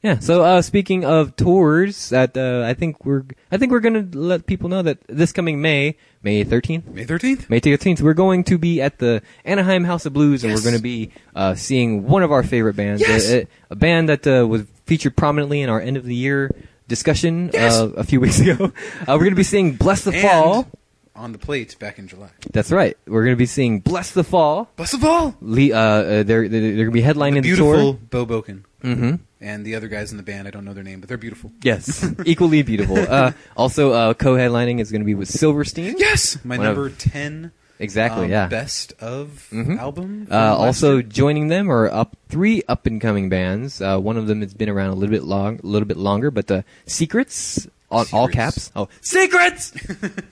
[SPEAKER 2] yeah. So uh, speaking of tours, that uh, I think we're I think we're gonna let people know that this coming May, May thirteenth,
[SPEAKER 1] May thirteenth.
[SPEAKER 2] May 13th, we're going to be at the Anaheim House of Blues, and
[SPEAKER 1] Yes.
[SPEAKER 2] we're going to be uh, seeing one of our favorite bands, uh,
[SPEAKER 1] Yes.
[SPEAKER 2] a, a- a band that uh, was featured prominently in our end of the year discussion uh, a few weeks *laughs* ago. Uh, we're going to be seeing Bless the
[SPEAKER 1] And
[SPEAKER 2] Fall.
[SPEAKER 1] on the plates back in July.
[SPEAKER 2] That's right. We're going to be seeing Bless the Fall.
[SPEAKER 1] Bust of all,
[SPEAKER 2] Le- uh, uh, they're they're, they're going to be headlining
[SPEAKER 1] the
[SPEAKER 2] the,
[SPEAKER 1] beautiful Bo
[SPEAKER 2] tour.
[SPEAKER 1] Boken
[SPEAKER 2] Mm-hmm.
[SPEAKER 1] and the other guys in the band. I don't know their name, but they're beautiful.
[SPEAKER 2] Yes, *laughs* equally beautiful. Uh, also, uh, co-headlining is going to be with Silverstein.
[SPEAKER 1] Yes, my
[SPEAKER 2] One of-
[SPEAKER 1] number ten.
[SPEAKER 2] Exactly.
[SPEAKER 1] um,
[SPEAKER 2] yeah.
[SPEAKER 1] Best of
[SPEAKER 2] Mhm.
[SPEAKER 1] album. from
[SPEAKER 2] Uh,
[SPEAKER 1] last
[SPEAKER 2] also
[SPEAKER 1] year.
[SPEAKER 2] joining them are up three up and coming bands. Uh, one of them has been around a little bit long, a little bit longer, but the Secrets, all, all
[SPEAKER 1] Secrets.
[SPEAKER 2] caps. Oh, Secrets!
[SPEAKER 1] *laughs*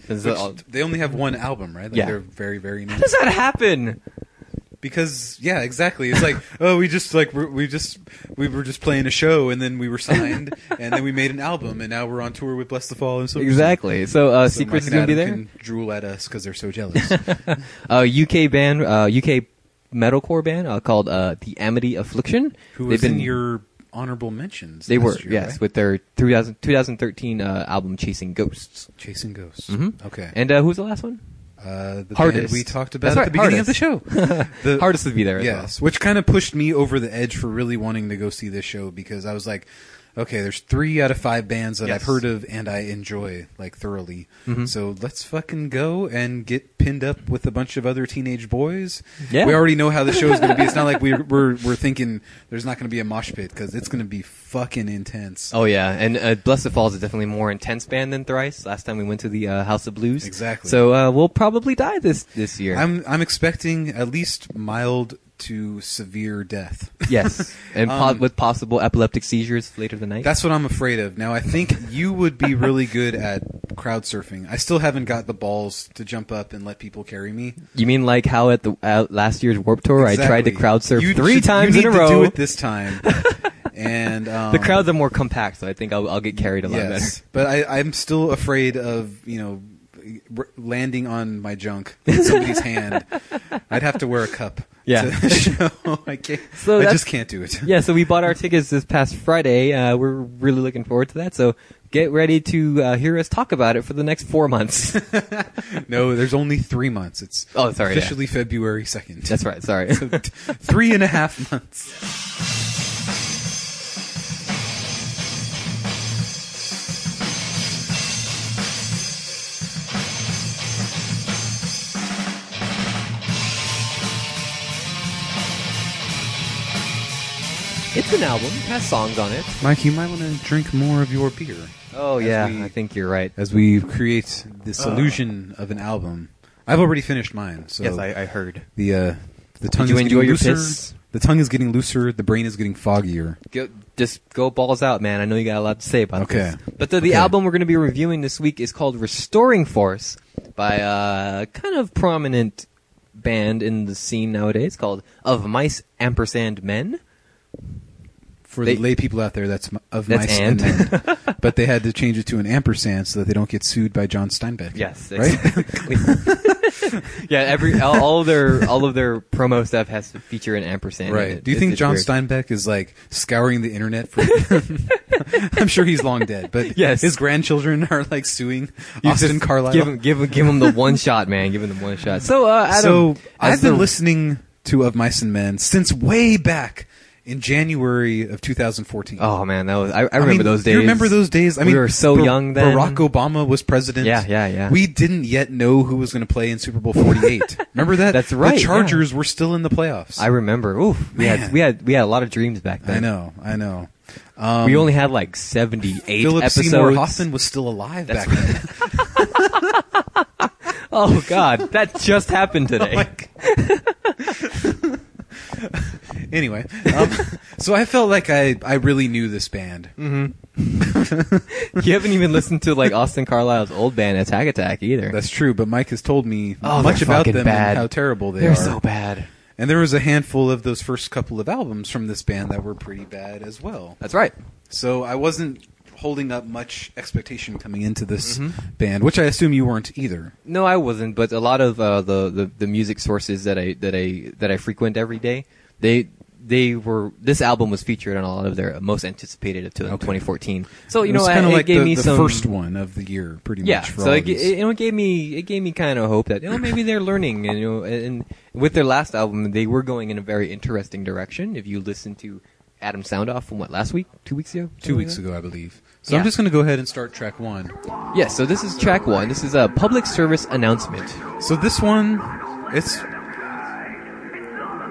[SPEAKER 2] Is it
[SPEAKER 1] Which-
[SPEAKER 2] all-
[SPEAKER 1] they only have one album, right? Like
[SPEAKER 2] Yeah.
[SPEAKER 1] they're very, very new.
[SPEAKER 2] how does that happen?
[SPEAKER 1] Because yeah, exactly. It's
[SPEAKER 2] *laughs*
[SPEAKER 1] like oh, we just like we're, we just we were just playing a show, and then we were
[SPEAKER 2] *laughs*
[SPEAKER 1] signed, and then we made an album, and now we're on tour with Bless the Fall and so
[SPEAKER 2] Exactly. So, uh,
[SPEAKER 1] So
[SPEAKER 2] Secrets is
[SPEAKER 1] Mike
[SPEAKER 2] going to
[SPEAKER 1] and
[SPEAKER 2] be
[SPEAKER 1] Adam
[SPEAKER 2] there.
[SPEAKER 1] Can drool at us because they're so
[SPEAKER 2] *laughs*
[SPEAKER 1] jealous.
[SPEAKER 2] A UK band, uh, UK metalcore band uh, called uh, the Amity Affliction.
[SPEAKER 1] Who
[SPEAKER 2] They've
[SPEAKER 1] was in your honorable mentions?
[SPEAKER 2] They were
[SPEAKER 1] last year,
[SPEAKER 2] yes
[SPEAKER 1] right?
[SPEAKER 2] with their 2000, 2013 uh, album Chasing Ghosts.
[SPEAKER 1] Chasing Ghosts.
[SPEAKER 2] Mhm.
[SPEAKER 1] Okay,
[SPEAKER 2] And uh, who's the last one?
[SPEAKER 1] uh, the band
[SPEAKER 2] Hardest.
[SPEAKER 1] we talked about
[SPEAKER 2] That's
[SPEAKER 1] at
[SPEAKER 2] right,
[SPEAKER 1] the beginning of the show.
[SPEAKER 2] *laughs*
[SPEAKER 1] The-
[SPEAKER 2] Hardest to be there. as well.
[SPEAKER 1] Yes, which kind of pushed me over the edge for really wanting to go see this show because I was like, okay, there's three out of five bands that I've
[SPEAKER 2] Yes. Mm-hmm.
[SPEAKER 1] heard of and I enjoy like thoroughly. So let's fucking go and get pinned up with a bunch of other teenage boys.
[SPEAKER 2] Yeah.
[SPEAKER 1] we already know how the show's going to be. It's not
[SPEAKER 2] *laughs*
[SPEAKER 1] like we're we're, we're thinking there's not going to be a mosh pit because it's going to be fucking intense.
[SPEAKER 2] Oh yeah, and uh, Bless the Falls is definitely a more intense band than Thrice. Last time we went to the uh, House of Blues,
[SPEAKER 1] Exactly.
[SPEAKER 2] So uh, we'll probably die this this year.
[SPEAKER 1] I'm I'm expecting at least mild to severe death.
[SPEAKER 2] *laughs*
[SPEAKER 1] *laughs*
[SPEAKER 2] yes, and po-
[SPEAKER 1] Um,
[SPEAKER 2] with possible epileptic seizures later the night.
[SPEAKER 1] That's what I'm afraid of. Now, I think you would be really good at crowd surfing. I still haven't got the balls to jump up and let people carry me.
[SPEAKER 2] you mean like how at the uh, last year's Warp Tour I tried to
[SPEAKER 1] Exactly.
[SPEAKER 2] crowd surf
[SPEAKER 1] You
[SPEAKER 2] three
[SPEAKER 1] should-
[SPEAKER 2] times
[SPEAKER 1] you
[SPEAKER 2] in a
[SPEAKER 1] need to
[SPEAKER 2] row.
[SPEAKER 1] do it this time. and um,
[SPEAKER 2] *laughs* the crowds are more compact, so I think I'll, I'll get carried a lot
[SPEAKER 1] yes, but I, I'm still afraid of you know r- landing on my junk
[SPEAKER 2] *laughs*
[SPEAKER 1] in somebody's hand. I'd have to wear a cup.
[SPEAKER 2] Yeah.
[SPEAKER 1] to *laughs* the show. I can't.
[SPEAKER 2] So
[SPEAKER 1] I
[SPEAKER 2] that's-
[SPEAKER 1] just can't do it.
[SPEAKER 2] better. yeah, so we bought our tickets this past Friday. Uh, we're really looking forward to that. So get ready to uh, hear us talk about it for the next four *laughs* months.
[SPEAKER 1] *laughs* No, there's only three months. It's
[SPEAKER 2] Oh, sorry, yeah.
[SPEAKER 1] officially February second.
[SPEAKER 2] That's right. Sorry.
[SPEAKER 1] *laughs* So t- three and a half months.
[SPEAKER 2] it's an album. It has songs on it.
[SPEAKER 1] Mike, you might want to drink more of your beer
[SPEAKER 2] Oh
[SPEAKER 1] As
[SPEAKER 2] yeah,
[SPEAKER 1] we-
[SPEAKER 2] I think you're right.
[SPEAKER 1] as we create
[SPEAKER 2] Uh.
[SPEAKER 1] this illusion of an album. I've already finished mine, so
[SPEAKER 2] I heard.
[SPEAKER 1] the uh, the tongue
[SPEAKER 2] you
[SPEAKER 1] is
[SPEAKER 2] enjoy
[SPEAKER 1] getting looser.
[SPEAKER 2] your piss?
[SPEAKER 1] The tongue is getting looser. The brain is getting foggier.
[SPEAKER 2] Go, just go balls out, man. I know you got a lot to say about
[SPEAKER 1] Okay.
[SPEAKER 2] this. But the, the
[SPEAKER 1] Okay.
[SPEAKER 2] album we're going to be reviewing this week is called Restoring Force by a kind of prominent band in the scene nowadays called Of Mice Ampersand Men.
[SPEAKER 1] For
[SPEAKER 2] They-
[SPEAKER 1] the lay people out there, that's m- of
[SPEAKER 2] That's
[SPEAKER 1] mice and,
[SPEAKER 2] *laughs*
[SPEAKER 1] men. but they had to change it to an ampersand so that they don't get sued by John Steinbeck.
[SPEAKER 2] Yes,
[SPEAKER 1] right. *laughs*
[SPEAKER 2] exactly. yeah, every all, all of their all of their promo stuff has to feature an ampersand. in
[SPEAKER 1] Right.
[SPEAKER 2] it.
[SPEAKER 1] Do you
[SPEAKER 2] It's-
[SPEAKER 1] think
[SPEAKER 2] it's
[SPEAKER 1] John
[SPEAKER 2] weird.
[SPEAKER 1] Steinbeck is like scouring the internet
[SPEAKER 2] *laughs*
[SPEAKER 1] for? *laughs* I'm sure he's long dead, but
[SPEAKER 2] Yes.
[SPEAKER 1] his grandchildren are like suing
[SPEAKER 2] You
[SPEAKER 1] Austin
[SPEAKER 2] just
[SPEAKER 1] Carlisle.
[SPEAKER 2] Give him, give him, give him the one shot, man. Give him the one shot. So, uh, Adam,
[SPEAKER 1] so I've been
[SPEAKER 2] listening.
[SPEAKER 1] listening to Of Mice and Men since way back in January of 2014.
[SPEAKER 2] Oh man, that was I, I
[SPEAKER 1] I
[SPEAKER 2] remember
[SPEAKER 1] mean,
[SPEAKER 2] those days.
[SPEAKER 1] You remember those days? I mean,
[SPEAKER 2] we were so
[SPEAKER 1] Bar-
[SPEAKER 2] young then.
[SPEAKER 1] Barack Obama was president.
[SPEAKER 2] Yeah, yeah, yeah.
[SPEAKER 1] We didn't yet know who was going to play in Super Bowl
[SPEAKER 2] *laughs*
[SPEAKER 1] 48. remember that?
[SPEAKER 2] That's right,
[SPEAKER 1] The
[SPEAKER 2] yeah.
[SPEAKER 1] Chargers were still in the playoffs.
[SPEAKER 2] I remember. Oof, we
[SPEAKER 1] Man.
[SPEAKER 2] had we had we had a lot of dreams back then.
[SPEAKER 1] I know. I know. Um,
[SPEAKER 2] we only had like seventy-eight
[SPEAKER 1] Philip
[SPEAKER 2] episodes.
[SPEAKER 1] Seymour Hoffman was still alive
[SPEAKER 2] That's
[SPEAKER 1] back *laughs* then.
[SPEAKER 2] *laughs* Oh god, that just happened
[SPEAKER 1] *laughs* Oh
[SPEAKER 2] today.
[SPEAKER 1] anyway, um, *laughs* so I felt like I, I really knew this band.
[SPEAKER 2] you haven't even listened to like Austin Carlisle's old band Attack Attack either.
[SPEAKER 1] That's true, but Mike has told me
[SPEAKER 2] Oh,
[SPEAKER 1] much
[SPEAKER 2] they're
[SPEAKER 1] about
[SPEAKER 2] fucking
[SPEAKER 1] them
[SPEAKER 2] bad.
[SPEAKER 1] and how terrible they
[SPEAKER 2] They're
[SPEAKER 1] are.
[SPEAKER 2] so bad.
[SPEAKER 1] And there was a handful of those first couple of albums from this band that were pretty bad as well.
[SPEAKER 2] That's right.
[SPEAKER 1] So I wasn't holding up much expectation coming into this
[SPEAKER 2] Mm-hmm.
[SPEAKER 1] band, which I assume you weren't either.
[SPEAKER 2] No, I wasn't. But a lot of uh, the, the the music sources that I that I that I frequent every day, they they were this album was featured on a lot of their most anticipated until
[SPEAKER 1] Okay.
[SPEAKER 2] 2014. So you
[SPEAKER 1] it
[SPEAKER 2] know,
[SPEAKER 1] was
[SPEAKER 2] I-
[SPEAKER 1] kind of
[SPEAKER 2] it
[SPEAKER 1] like
[SPEAKER 2] gave
[SPEAKER 1] the,
[SPEAKER 2] me
[SPEAKER 1] the
[SPEAKER 2] some
[SPEAKER 1] first one of the year, pretty
[SPEAKER 2] yeah,
[SPEAKER 1] much. For
[SPEAKER 2] so
[SPEAKER 1] all
[SPEAKER 2] it,
[SPEAKER 1] of
[SPEAKER 2] g-
[SPEAKER 1] these.
[SPEAKER 2] it, you know, it gave me it gave me kind of hope that you know maybe they're learning and you know and with their last album they were going in a very interesting direction. If you listen to Adam Sound off from what last week, two weeks ago,
[SPEAKER 1] Two
[SPEAKER 2] Something
[SPEAKER 1] weeks
[SPEAKER 2] like
[SPEAKER 1] ago, I believe. So
[SPEAKER 2] Yeah.
[SPEAKER 1] I'm just going to go ahead and start track one.
[SPEAKER 2] that? Yes. so this is track one. This is a public service announcement.
[SPEAKER 1] So this one, it's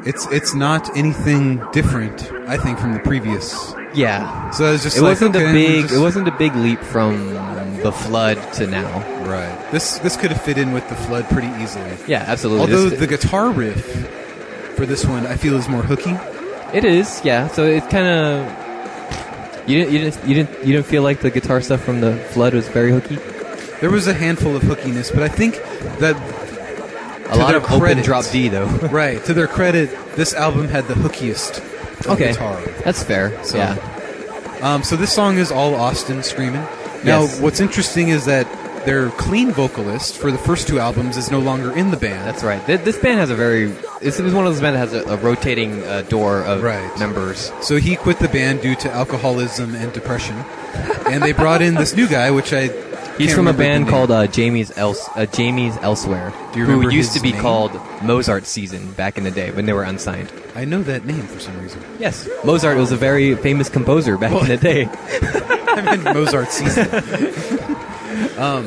[SPEAKER 1] it's it's not anything different, I think, from the previous.
[SPEAKER 2] Yeah,
[SPEAKER 1] So it's just
[SPEAKER 2] it
[SPEAKER 1] like,
[SPEAKER 2] wasn't
[SPEAKER 1] okay,
[SPEAKER 2] a
[SPEAKER 1] I'm
[SPEAKER 2] big.
[SPEAKER 1] just-
[SPEAKER 2] It wasn't a big leap from the flood to now.
[SPEAKER 1] right. This this could have fit in with the flood pretty easily.
[SPEAKER 2] Yeah, absolutely.
[SPEAKER 1] Although
[SPEAKER 2] This-
[SPEAKER 1] the guitar riff for this one, I feel is more hooky.
[SPEAKER 2] It is, yeah. So it's kind of you didn't you didn't you didn't you didn't feel like the guitar stuff from the flood was very hooky.
[SPEAKER 1] There was a handful of hookiness, but I think that
[SPEAKER 2] A lot
[SPEAKER 1] their
[SPEAKER 2] of open
[SPEAKER 1] credit.
[SPEAKER 2] drop D though.
[SPEAKER 1] *laughs* right to their credit, this album had the hookiest of
[SPEAKER 2] okay,
[SPEAKER 1] guitar.
[SPEAKER 2] that's fair.
[SPEAKER 1] So-
[SPEAKER 2] yeah,
[SPEAKER 1] Um, so this song is all Austin screaming. Now,
[SPEAKER 2] Yes.
[SPEAKER 1] what's interesting is that their clean vocalist for the first two albums is no longer in the band.
[SPEAKER 2] that's right. Th- this band has a very this is one of those bands that has a, a rotating uh, door of
[SPEAKER 1] Right.
[SPEAKER 2] members.
[SPEAKER 1] so he quit the band due to alcoholism and depression, and they brought in this new guy, which I
[SPEAKER 2] He's
[SPEAKER 1] can't
[SPEAKER 2] from
[SPEAKER 1] remember
[SPEAKER 2] a
[SPEAKER 1] the
[SPEAKER 2] band
[SPEAKER 1] name.
[SPEAKER 2] called uh, Jamie's Else uh, Jamie's Elsewhere,
[SPEAKER 1] Do you
[SPEAKER 2] who
[SPEAKER 1] remember
[SPEAKER 2] used to
[SPEAKER 1] his
[SPEAKER 2] be
[SPEAKER 1] name?
[SPEAKER 2] called Mozart Season back in the day when they were unsigned.
[SPEAKER 1] I know that name for some reason. *laughs*
[SPEAKER 2] Yes, Mozart was a very famous composer back in the day.
[SPEAKER 1] *laughs* I meant Mozart season. um,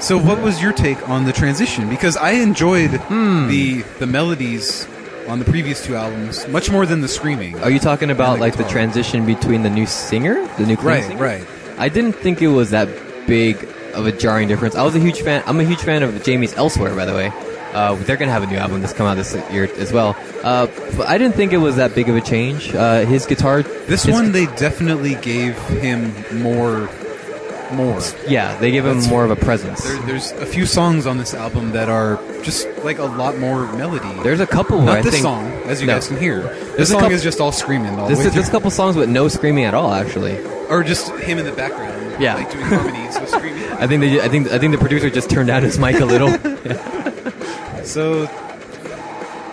[SPEAKER 1] so what was your take on the transition? Because I enjoyed
[SPEAKER 2] Hmm.
[SPEAKER 1] the the melodies on the previous two albums much more than the screaming.
[SPEAKER 2] Are you talking about
[SPEAKER 1] the
[SPEAKER 2] like the
[SPEAKER 1] guitar.
[SPEAKER 2] transition between the new singer, the new clean
[SPEAKER 1] Right,
[SPEAKER 2] singer?
[SPEAKER 1] right.
[SPEAKER 2] I didn't think it was that big of a jarring difference. I was a huge fan. I'm a huge fan of Jamie's Elsewhere, by the way. Uh, they're gonna have a new album that's come out this year as well. Uh, but I didn't think it was that big of a change. Uh, his guitar,
[SPEAKER 1] This
[SPEAKER 2] his
[SPEAKER 1] one, they definitely gave him more, more.
[SPEAKER 2] yeah, they give him
[SPEAKER 1] That's-
[SPEAKER 2] more of a presence.
[SPEAKER 1] There, there's a few songs on this album that are just like a lot more melody.
[SPEAKER 2] There's a couple where
[SPEAKER 1] not
[SPEAKER 2] I
[SPEAKER 1] this
[SPEAKER 2] think
[SPEAKER 1] song, as you
[SPEAKER 2] No.
[SPEAKER 1] guys can hear.
[SPEAKER 2] There's
[SPEAKER 1] This
[SPEAKER 2] a
[SPEAKER 1] song
[SPEAKER 2] couple-
[SPEAKER 1] is just all screaming, all the
[SPEAKER 2] This
[SPEAKER 1] way
[SPEAKER 2] is this
[SPEAKER 1] through.
[SPEAKER 2] couple songs with no screaming at all, actually.
[SPEAKER 1] or just him in the background,
[SPEAKER 2] Yeah.
[SPEAKER 1] like doing harmonies with screaming.
[SPEAKER 2] I think they, I think I think the producer just turned down his mic a little. *laughs*
[SPEAKER 1] So,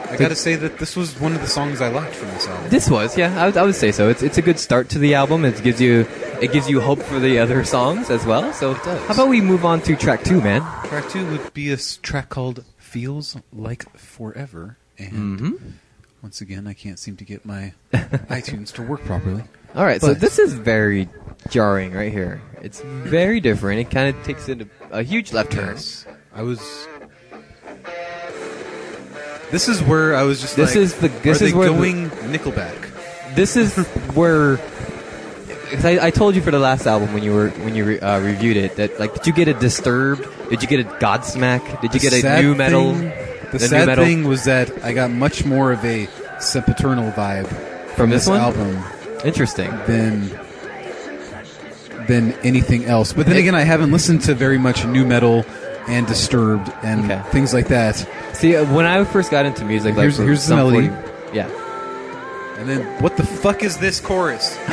[SPEAKER 1] I gotta say that this was one of the songs I liked from this album.
[SPEAKER 2] This was, yeah, I would, I would say so. It's it's a good start to the album. It gives you it gives you hope for the other songs as well. So
[SPEAKER 1] does.
[SPEAKER 2] how about we move on to track two, man?
[SPEAKER 1] Track two would be a s- track called "Feels Like Forever," and
[SPEAKER 2] Mm-hmm.
[SPEAKER 1] once again, I can't seem to get
[SPEAKER 2] *laughs*
[SPEAKER 1] my iTunes to work properly.
[SPEAKER 2] All right, so
[SPEAKER 1] But-
[SPEAKER 2] this is very jarring right here. It's very different. It kind of takes it a, a huge left turn.
[SPEAKER 1] Yes. I was. This is where I was just.
[SPEAKER 2] This
[SPEAKER 1] like,
[SPEAKER 2] is the- this
[SPEAKER 1] are
[SPEAKER 2] is
[SPEAKER 1] they
[SPEAKER 2] where the-
[SPEAKER 1] going Nickelback.
[SPEAKER 2] This is where. 'cause I, I told you for the last album when you were when you re, uh, reviewed it that like did you get a disturbed did you get a Godsmack did you
[SPEAKER 1] The
[SPEAKER 2] get a
[SPEAKER 1] sad
[SPEAKER 2] new metal
[SPEAKER 1] thing-
[SPEAKER 2] a
[SPEAKER 1] the
[SPEAKER 2] new
[SPEAKER 1] sad
[SPEAKER 2] metal
[SPEAKER 1] thing was that I got much more of a sepaternal vibe
[SPEAKER 2] from this, one
[SPEAKER 1] album
[SPEAKER 2] interesting
[SPEAKER 1] than than anything else. But then
[SPEAKER 2] It-
[SPEAKER 1] again, I haven't listened to very much new metal and Disturbed and
[SPEAKER 2] Okay.
[SPEAKER 1] things like that.
[SPEAKER 2] See, uh, when I first got into music, like
[SPEAKER 1] Here's-
[SPEAKER 2] for
[SPEAKER 1] here's the
[SPEAKER 2] some
[SPEAKER 1] melody.
[SPEAKER 2] 40 yeah,
[SPEAKER 1] And then, what the fuck is this
[SPEAKER 2] *laughs*
[SPEAKER 1] chorus? *laughs*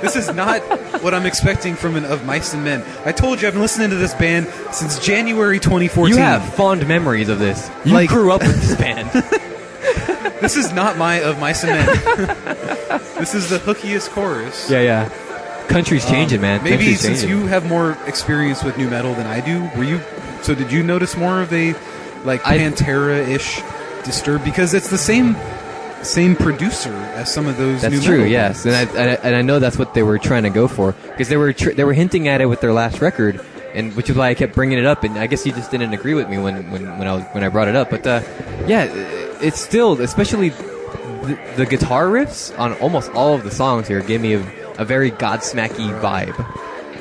[SPEAKER 1] this is not what I'm expecting from an Of Mice and Men. I told you I've been listening to this band since January 2014.
[SPEAKER 2] you have fond memories of this. You
[SPEAKER 1] Like-
[SPEAKER 2] grew up with *laughs* this band.
[SPEAKER 1] This is not my Of Mice and
[SPEAKER 2] *laughs*
[SPEAKER 1] Men. this is the hookiest chorus.
[SPEAKER 2] yeah, yeah. Country's changing, man.
[SPEAKER 1] Um, Maybe
[SPEAKER 2] Country's
[SPEAKER 1] since
[SPEAKER 2] changing.
[SPEAKER 1] you have more experience with new metal than I do, were you? So did you notice more of a like
[SPEAKER 2] I-
[SPEAKER 1] Pantera-ish disturb because it's the same same producer as some of those. new
[SPEAKER 2] That's true.
[SPEAKER 1] metal
[SPEAKER 2] Yes, and
[SPEAKER 1] bands.
[SPEAKER 2] I, and I and I know that's what they were trying to go for because they were tr- they were hinting at it with their last record, and which is why I kept bringing it up. And I guess you just didn't agree with me when when, when I was when I brought it up. But uh, yeah, i- it's still especially the, the guitar riffs on almost all of the songs here gave me a, a very Godsmacky vibe.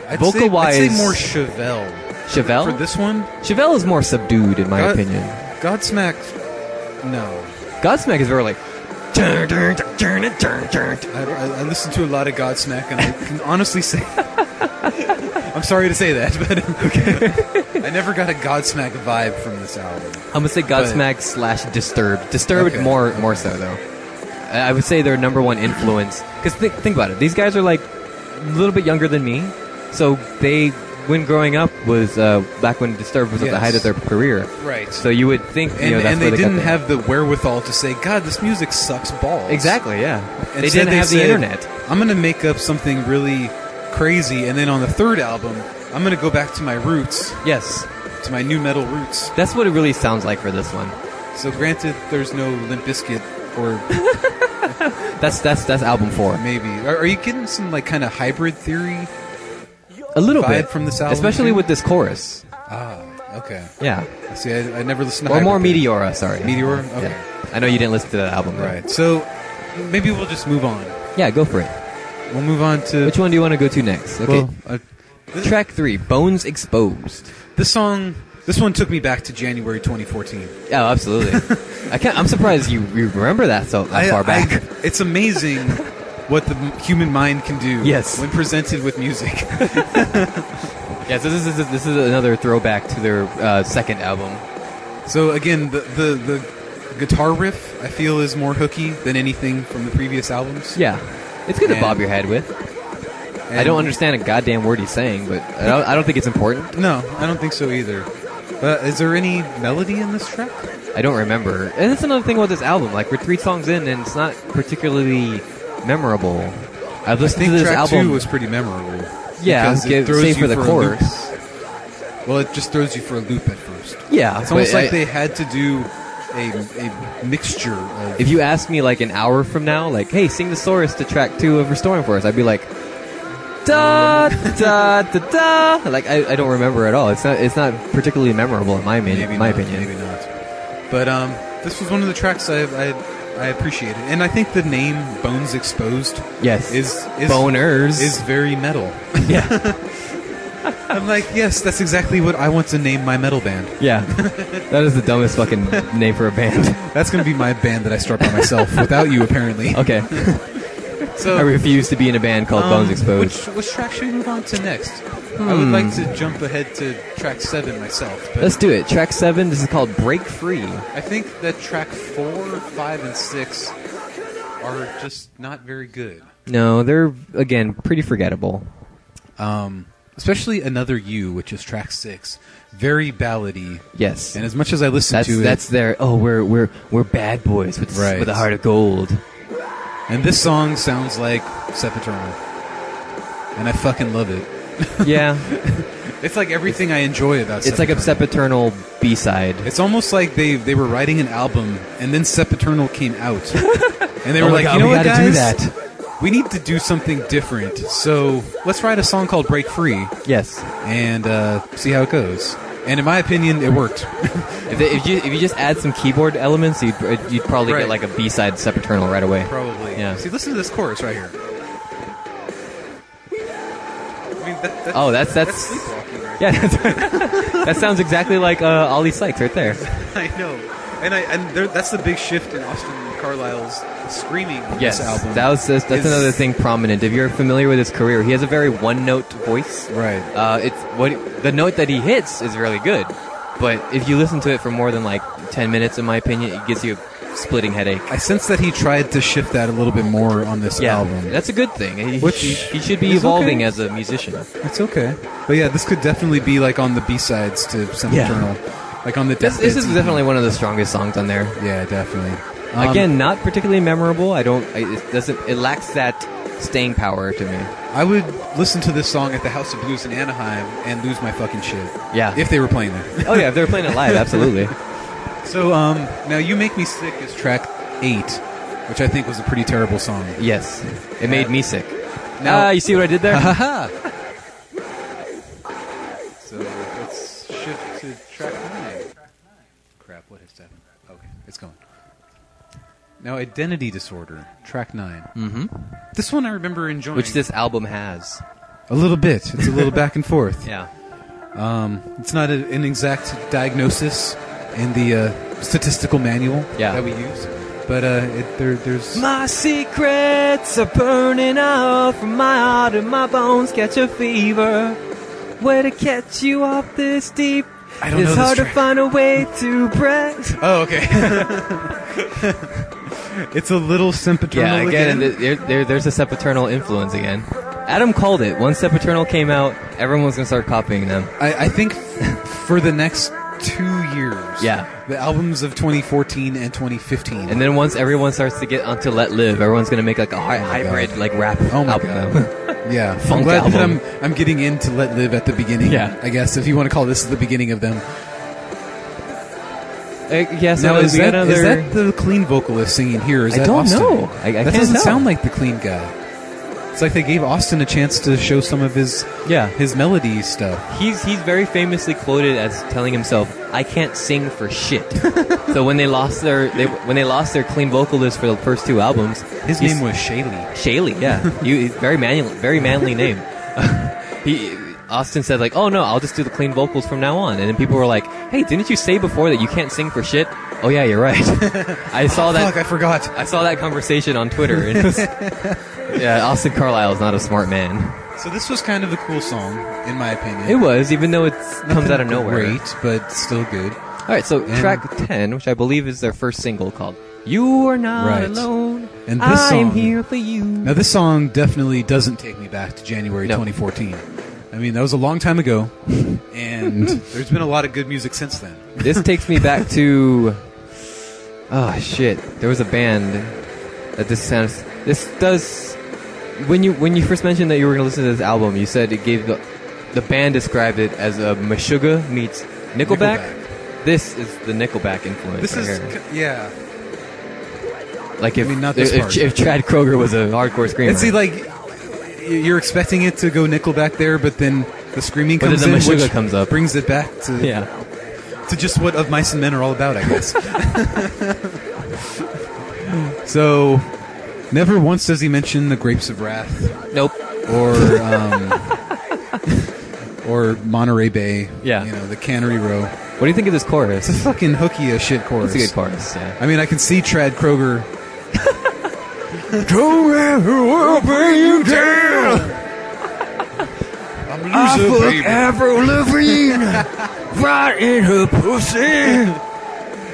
[SPEAKER 1] I'd
[SPEAKER 2] vocal
[SPEAKER 1] say, I'd
[SPEAKER 2] wise-
[SPEAKER 1] say more Chevelle
[SPEAKER 2] Chevelle
[SPEAKER 1] for this one.
[SPEAKER 2] Chevelle is more subdued, in Oh. my
[SPEAKER 1] God-
[SPEAKER 2] opinion.
[SPEAKER 1] Godsmack, no.
[SPEAKER 2] Godsmack is very like. "Dun, dun, dun, dun, dun, dun, dun."
[SPEAKER 1] I, I, I listen to a lot of Godsmack, and I can honestly say, *laughs* I'm sorry to say that, but *laughs* I never got a Godsmack vibe from this album.
[SPEAKER 2] I'm gonna say Godsmack slash Disturbed. Disturbed
[SPEAKER 1] Okay.
[SPEAKER 2] more more so though. I I would say their number one influence because think think about it. These guys are like a little bit younger than me, so they when growing up was uh, back when Disturbed was at the
[SPEAKER 1] Yes.
[SPEAKER 2] height of their career.
[SPEAKER 1] Right.
[SPEAKER 2] So you would think you
[SPEAKER 1] and,
[SPEAKER 2] know that's
[SPEAKER 1] and
[SPEAKER 2] where
[SPEAKER 1] they
[SPEAKER 2] got
[SPEAKER 1] didn't
[SPEAKER 2] their-
[SPEAKER 1] have the wherewithal to say, "God, this music sucks balls."
[SPEAKER 2] exactly yeah.
[SPEAKER 1] And
[SPEAKER 2] they
[SPEAKER 1] instead
[SPEAKER 2] didn't have the
[SPEAKER 1] said,
[SPEAKER 2] internet.
[SPEAKER 1] I'm going to make up something really crazy, and then on the third album, I'm going to go back to my roots,
[SPEAKER 2] Yes,
[SPEAKER 1] to my new metal roots.
[SPEAKER 2] that's what it really sounds like for this one.
[SPEAKER 1] So, granted, there's no Limp Bizkit or
[SPEAKER 2] That's that's that's album four.
[SPEAKER 1] Maybe. *laughs* Are, are you getting some like kind of hybrid theory?
[SPEAKER 2] A little
[SPEAKER 1] Vibe
[SPEAKER 2] bit
[SPEAKER 1] from this album,
[SPEAKER 2] especially
[SPEAKER 1] too?
[SPEAKER 2] with this chorus.
[SPEAKER 1] Ah, okay.
[SPEAKER 2] Yeah,
[SPEAKER 1] See, I, I never listened to
[SPEAKER 2] or more
[SPEAKER 1] hybrid theory.
[SPEAKER 2] Meteora. Sorry,
[SPEAKER 1] Meteora?
[SPEAKER 2] Yeah.
[SPEAKER 1] Okay.
[SPEAKER 2] I know you didn't listen to that album, though.
[SPEAKER 1] Right. So maybe we'll just move on.
[SPEAKER 2] Yeah, go for it.
[SPEAKER 1] We'll move on to
[SPEAKER 2] Which one do you want to go to next? Okay,
[SPEAKER 1] Well, uh,
[SPEAKER 2] track three, Bones Exposed.
[SPEAKER 1] this song. This one took me back to January 2014. *laughs*
[SPEAKER 2] Oh, absolutely. I can't, I'm surprised you, you remember that so that
[SPEAKER 1] I-
[SPEAKER 2] far
[SPEAKER 1] I-
[SPEAKER 2] back.
[SPEAKER 1] *laughs* it's amazing what the m- human mind can do.
[SPEAKER 2] Yes.
[SPEAKER 1] When presented with music. *laughs*
[SPEAKER 2] yeah, so this is this is another throwback to their uh, second album.
[SPEAKER 1] So again, the, the the guitar riff I feel is more hooky than anything from the previous albums.
[SPEAKER 2] Yeah, it's good to
[SPEAKER 1] And-
[SPEAKER 2] bob your head with. I
[SPEAKER 1] And-
[SPEAKER 2] don't understand a goddamn word he's saying, but I don't, I don't think it's important.
[SPEAKER 1] No, I don't think so either. But is there any melody in this track?
[SPEAKER 2] I don't remember. And that's another thing about this album. Like we're three songs in, and it's not particularly memorable. I've
[SPEAKER 1] I
[SPEAKER 2] listened
[SPEAKER 1] think
[SPEAKER 2] to this
[SPEAKER 1] track
[SPEAKER 2] album.
[SPEAKER 1] two was pretty memorable.
[SPEAKER 2] yeah,
[SPEAKER 1] because it
[SPEAKER 2] give-
[SPEAKER 1] throws
[SPEAKER 2] save
[SPEAKER 1] you
[SPEAKER 2] for the
[SPEAKER 1] for a loop.
[SPEAKER 2] chorus.
[SPEAKER 1] Well, it just throws you for a loop at first.
[SPEAKER 2] Yeah,
[SPEAKER 1] It's almost
[SPEAKER 2] but
[SPEAKER 1] like
[SPEAKER 2] I-
[SPEAKER 1] they had to do a, a mixture of.
[SPEAKER 2] If you asked me like an hour from now, like, hey, sing the chorus to track two of Restoring for us, I'd be like, da da da da. Like I, I don't remember at all. It's not it's not particularly memorable in my min-
[SPEAKER 1] maybe
[SPEAKER 2] my
[SPEAKER 1] not,
[SPEAKER 2] opinion.
[SPEAKER 1] Maybe not. But um, this was one of the tracks I, I I appreciated, and I think the name Bones Exposed
[SPEAKER 2] Yes,
[SPEAKER 1] is is
[SPEAKER 2] boners.
[SPEAKER 1] is very metal.
[SPEAKER 2] *laughs*
[SPEAKER 1] *laughs*
[SPEAKER 2] yeah,
[SPEAKER 1] I'm like, yes, that's exactly what I want to name my metal band.
[SPEAKER 2] yeah. that is the dumbest fucking name for a band. *laughs*
[SPEAKER 1] That's going to be my band that I start by myself without you, apparently.
[SPEAKER 2] Okay,
[SPEAKER 1] So
[SPEAKER 2] I refuse to be in a band called
[SPEAKER 1] um,
[SPEAKER 2] Bones Exposed. Hmm.
[SPEAKER 1] Which, which track should we move on to next? I would like to jump ahead to track seven myself, but
[SPEAKER 2] Let's do it. Track seven. This is called Break Free.
[SPEAKER 1] I think that track four, five, and six are just not very good.
[SPEAKER 2] No, they're again pretty forgettable.
[SPEAKER 1] um, especially another you, which is track six, very ballady.
[SPEAKER 2] Yes,
[SPEAKER 1] And as much as I listen
[SPEAKER 2] that's
[SPEAKER 1] to
[SPEAKER 2] that's their. Oh, we're we're we're bad boys with
[SPEAKER 1] Right.
[SPEAKER 2] with a heart of gold.
[SPEAKER 1] it, and this song sounds like Sepultura, and I fucking love it.
[SPEAKER 2] *laughs* Yeah,
[SPEAKER 1] It's like everything I enjoy about.
[SPEAKER 2] it's like a
[SPEAKER 1] Sepultura.
[SPEAKER 2] Sepaternal B side.
[SPEAKER 1] It's almost like they they were writing an album, and then Sepaternal came out, and they
[SPEAKER 2] *laughs* Oh
[SPEAKER 1] were
[SPEAKER 2] my
[SPEAKER 1] like,
[SPEAKER 2] God,
[SPEAKER 1] you know
[SPEAKER 2] we
[SPEAKER 1] what,
[SPEAKER 2] gotta do
[SPEAKER 1] guys,
[SPEAKER 2] that."
[SPEAKER 1] we need to do something different. So let's write a song called "Break Free"
[SPEAKER 2] Yes.
[SPEAKER 1] and uh, see how it goes. And in my opinion, it worked.
[SPEAKER 2] If, they, if you if you just add some keyboard elements, you'd you'd probably
[SPEAKER 1] Right.
[SPEAKER 2] get like a B side Sepaternal right away.
[SPEAKER 1] Probably.
[SPEAKER 2] Yeah.
[SPEAKER 1] See, listen to this chorus right here. I mean, that, that's,
[SPEAKER 2] Oh, that's- that's-
[SPEAKER 1] sleepwalking right
[SPEAKER 2] *laughs* Yeah, that's *laughs* that sounds exactly like uh, Ollie Sykes right there.
[SPEAKER 1] there. *laughs* I know. And I and there, that's the big shift in Austin Carlisle's screaming on
[SPEAKER 2] Yes,
[SPEAKER 1] this album.
[SPEAKER 2] that was that's, that's
[SPEAKER 1] Is-
[SPEAKER 2] another thing prominent. If you're familiar with his career, he has a very one note voice.
[SPEAKER 1] Right.
[SPEAKER 2] Uh, it's what the note that he hits is really good, but if you listen to it for more than like ten minutes, in my opinion, it gives you a splitting headache.
[SPEAKER 1] I sense that he tried to shift that a little bit more on this
[SPEAKER 2] Yeah,
[SPEAKER 1] album.
[SPEAKER 2] that's a good thing. He,
[SPEAKER 1] Which
[SPEAKER 2] he, he should be
[SPEAKER 1] is
[SPEAKER 2] evolving
[SPEAKER 1] okay.
[SPEAKER 2] as a musician.
[SPEAKER 1] That's okay. But yeah, this could definitely be like on the B sides to some
[SPEAKER 2] Yeah.
[SPEAKER 1] Eternal, like on the.
[SPEAKER 2] This,
[SPEAKER 1] Death
[SPEAKER 2] this
[SPEAKER 1] Bed
[SPEAKER 2] is
[SPEAKER 1] CD.
[SPEAKER 2] definitely one of the strongest songs on there.
[SPEAKER 1] Yeah, definitely. Um,
[SPEAKER 2] Again, not particularly memorable. I don't. I, it doesn't. It lacks that staying power to me.
[SPEAKER 1] I would listen to this song at the House of Blues in Anaheim and lose my fucking shit.
[SPEAKER 2] Yeah.
[SPEAKER 1] If they were playing there. *laughs*
[SPEAKER 2] Oh yeah, if they're playing it live, *laughs* absolutely.
[SPEAKER 1] So um, now you make me sick is track eight, which I think was a pretty terrible song.
[SPEAKER 2] yes, it made me sick.
[SPEAKER 1] Now-
[SPEAKER 2] Ah, you see what I did there?
[SPEAKER 1] So let's shift to track nine. Crap! What has happened? Okay, it's going. Now identity disorder, track 9 Mm-hmm. This one I remember enjoying.
[SPEAKER 2] *laughs* Which this album has.
[SPEAKER 1] a little bit. It's a
[SPEAKER 2] *laughs*
[SPEAKER 1] little back and forth.
[SPEAKER 2] Yeah.
[SPEAKER 1] It's not a, an exact diagnosis in the uh, statistical manual
[SPEAKER 2] Yeah.
[SPEAKER 1] that we use, but uh, it, there, there's
[SPEAKER 2] My secrets are burning out from my heart and my bones catch a fever. Where to catch you off this deep?
[SPEAKER 1] I don't It's know this hard to track.
[SPEAKER 2] find a way to breath.
[SPEAKER 1] Oh,
[SPEAKER 2] *laughs*
[SPEAKER 1] okay. it's a little sempaternal
[SPEAKER 2] Yeah, again,
[SPEAKER 1] again.
[SPEAKER 2] th- there, there, there's a sepaternal influence again. Adam called it. Once sepaternal came out, everyone was gonna start copying them.
[SPEAKER 1] I, I think f- for the next two years,
[SPEAKER 2] Yeah.
[SPEAKER 1] the albums of 2014 and 2015.
[SPEAKER 2] And then once everyone starts to get onto Let Live, everyone's gonna make like a hy-
[SPEAKER 1] my God.
[SPEAKER 2] hybrid like rap
[SPEAKER 1] oh my
[SPEAKER 2] album. *laughs*
[SPEAKER 1] god, yeah, I'm
[SPEAKER 2] Funk
[SPEAKER 1] glad that
[SPEAKER 2] album.
[SPEAKER 1] I'm I'm getting into Let Live at the beginning.
[SPEAKER 2] Yeah.
[SPEAKER 1] I guess if you want to call this the beginning of them.
[SPEAKER 2] I, Uh, yeah, so
[SPEAKER 1] now is
[SPEAKER 2] we got
[SPEAKER 1] that,
[SPEAKER 2] another.
[SPEAKER 1] is that the clean vocalist singing here? Or is
[SPEAKER 2] I
[SPEAKER 1] that
[SPEAKER 2] don't
[SPEAKER 1] Austin?
[SPEAKER 2] know. I- I
[SPEAKER 1] that
[SPEAKER 2] can't
[SPEAKER 1] doesn't
[SPEAKER 2] tell.
[SPEAKER 1] sound like the clean guy. It's like they gave Austin a chance to show some of his
[SPEAKER 2] yeah,
[SPEAKER 1] his melody stuff.
[SPEAKER 2] He's he's very famously quoted as telling himself, "I can't sing
[SPEAKER 1] *laughs*
[SPEAKER 2] for shit." so when they lost their they, when they lost their clean vocalist for the first two albums,
[SPEAKER 1] His
[SPEAKER 2] he's-
[SPEAKER 1] name was Shaley.
[SPEAKER 2] Shaley. Yeah, you he's very manly, very manly name. *laughs* he Austin said like, "Oh no, I'll just do the clean vocals from now on." And then people were like, "Hey, didn't you say before that you can't sing for shit?" Oh yeah, you're right. *laughs* I saw Oh, that.
[SPEAKER 1] Fuck, I forgot.
[SPEAKER 2] I saw that conversation on Twitter. *laughs* And it was- yeah, Austin Carlisle is not a smart man.
[SPEAKER 1] So this was kind of a cool song, in my opinion.
[SPEAKER 2] It was, even though it comes
[SPEAKER 1] Nothing
[SPEAKER 2] out of nowhere.
[SPEAKER 1] Great, but still good.
[SPEAKER 2] All right, so
[SPEAKER 1] And-
[SPEAKER 2] track ten, which I believe is their first single, called "You Are Not
[SPEAKER 1] Right.
[SPEAKER 2] Alone."
[SPEAKER 1] And this
[SPEAKER 2] I am
[SPEAKER 1] song-
[SPEAKER 2] here for you.
[SPEAKER 1] Now this song definitely doesn't take me back to January
[SPEAKER 2] No.
[SPEAKER 1] 2014. I mean, that was a long time
[SPEAKER 2] *laughs*
[SPEAKER 1] ago, and there's been a lot of good music since then.
[SPEAKER 2] this takes me back to. Oh shit! There was a band that this sounds. This does. When you when you first mentioned that you were going to listen to this album, you said it gave the the band described it as a Meshuggah meets Nickelback. This is the Nickelback influence.
[SPEAKER 1] This
[SPEAKER 2] right
[SPEAKER 1] is
[SPEAKER 2] here.
[SPEAKER 1] yeah.
[SPEAKER 2] like if,
[SPEAKER 1] I mean, not this
[SPEAKER 2] if,
[SPEAKER 1] part.
[SPEAKER 2] if Chad Kroger was a hardcore screamer.
[SPEAKER 1] And see, like you're expecting it to go Nickelback there, but then the screaming
[SPEAKER 2] But
[SPEAKER 1] comes
[SPEAKER 2] then the
[SPEAKER 1] in,
[SPEAKER 2] Meshuggah
[SPEAKER 1] which
[SPEAKER 2] comes up.
[SPEAKER 1] brings it back to
[SPEAKER 2] *laughs* yeah.
[SPEAKER 1] to just what Of Mice and Men are all about, I guess. *laughs* so, never once does he mention the Grapes of Wrath
[SPEAKER 2] Nope.
[SPEAKER 1] or um, *laughs* or Monterey Bay.
[SPEAKER 2] Yeah.
[SPEAKER 1] you know the Cannery Row.
[SPEAKER 2] What do you think of this chorus?
[SPEAKER 1] It's a fucking hooky as shit chorus.
[SPEAKER 2] It's a good chorus. Yeah.
[SPEAKER 1] I mean, I can see Trad Kroger. I'm
[SPEAKER 2] *laughs* right in her pussy.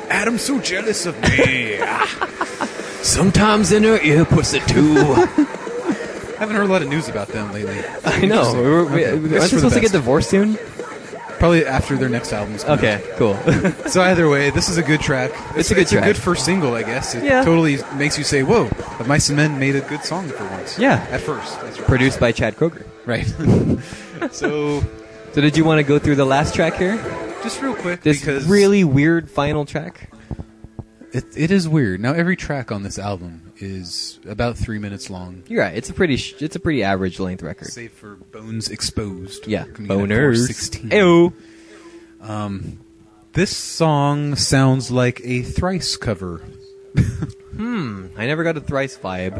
[SPEAKER 1] Adam's so jealous of me. I
[SPEAKER 2] Sometimes in her ear pussy *laughs* too.
[SPEAKER 1] haven't heard a lot of news about them lately.
[SPEAKER 2] I know.
[SPEAKER 1] Interesting.
[SPEAKER 2] We're, we,
[SPEAKER 1] Okay. It's
[SPEAKER 2] aren't we
[SPEAKER 1] for the
[SPEAKER 2] supposed to get
[SPEAKER 1] best.
[SPEAKER 2] divorced soon?
[SPEAKER 1] Probably after their next album's come
[SPEAKER 2] Okay, cool. *laughs*
[SPEAKER 1] out. So either way, this is a good track.
[SPEAKER 2] It's a good
[SPEAKER 1] it's
[SPEAKER 2] track.
[SPEAKER 1] a good first single, I guess. It
[SPEAKER 2] Yeah.
[SPEAKER 1] totally makes you say, "Whoa, the Mice and Men made a good song for once."
[SPEAKER 2] Yeah.
[SPEAKER 1] At first. That's right.
[SPEAKER 2] Produced by Chad Kroger.
[SPEAKER 1] Right.
[SPEAKER 2] *laughs*
[SPEAKER 1] so,
[SPEAKER 2] So did you want to go through the last track here?
[SPEAKER 1] just real quick
[SPEAKER 2] This
[SPEAKER 1] because
[SPEAKER 2] really weird final track.
[SPEAKER 1] it, it is weird. Now every track on this album is about 3 minutes long.
[SPEAKER 2] You're right. It's a pretty sh- it's a pretty average length record.
[SPEAKER 1] Save for Bones Exposed.
[SPEAKER 2] Yeah.
[SPEAKER 1] Coming in at
[SPEAKER 2] Boners.
[SPEAKER 1] 4:16.
[SPEAKER 2] Ew.
[SPEAKER 1] This song sounds like a thrice cover
[SPEAKER 2] I never got a thrice vibe.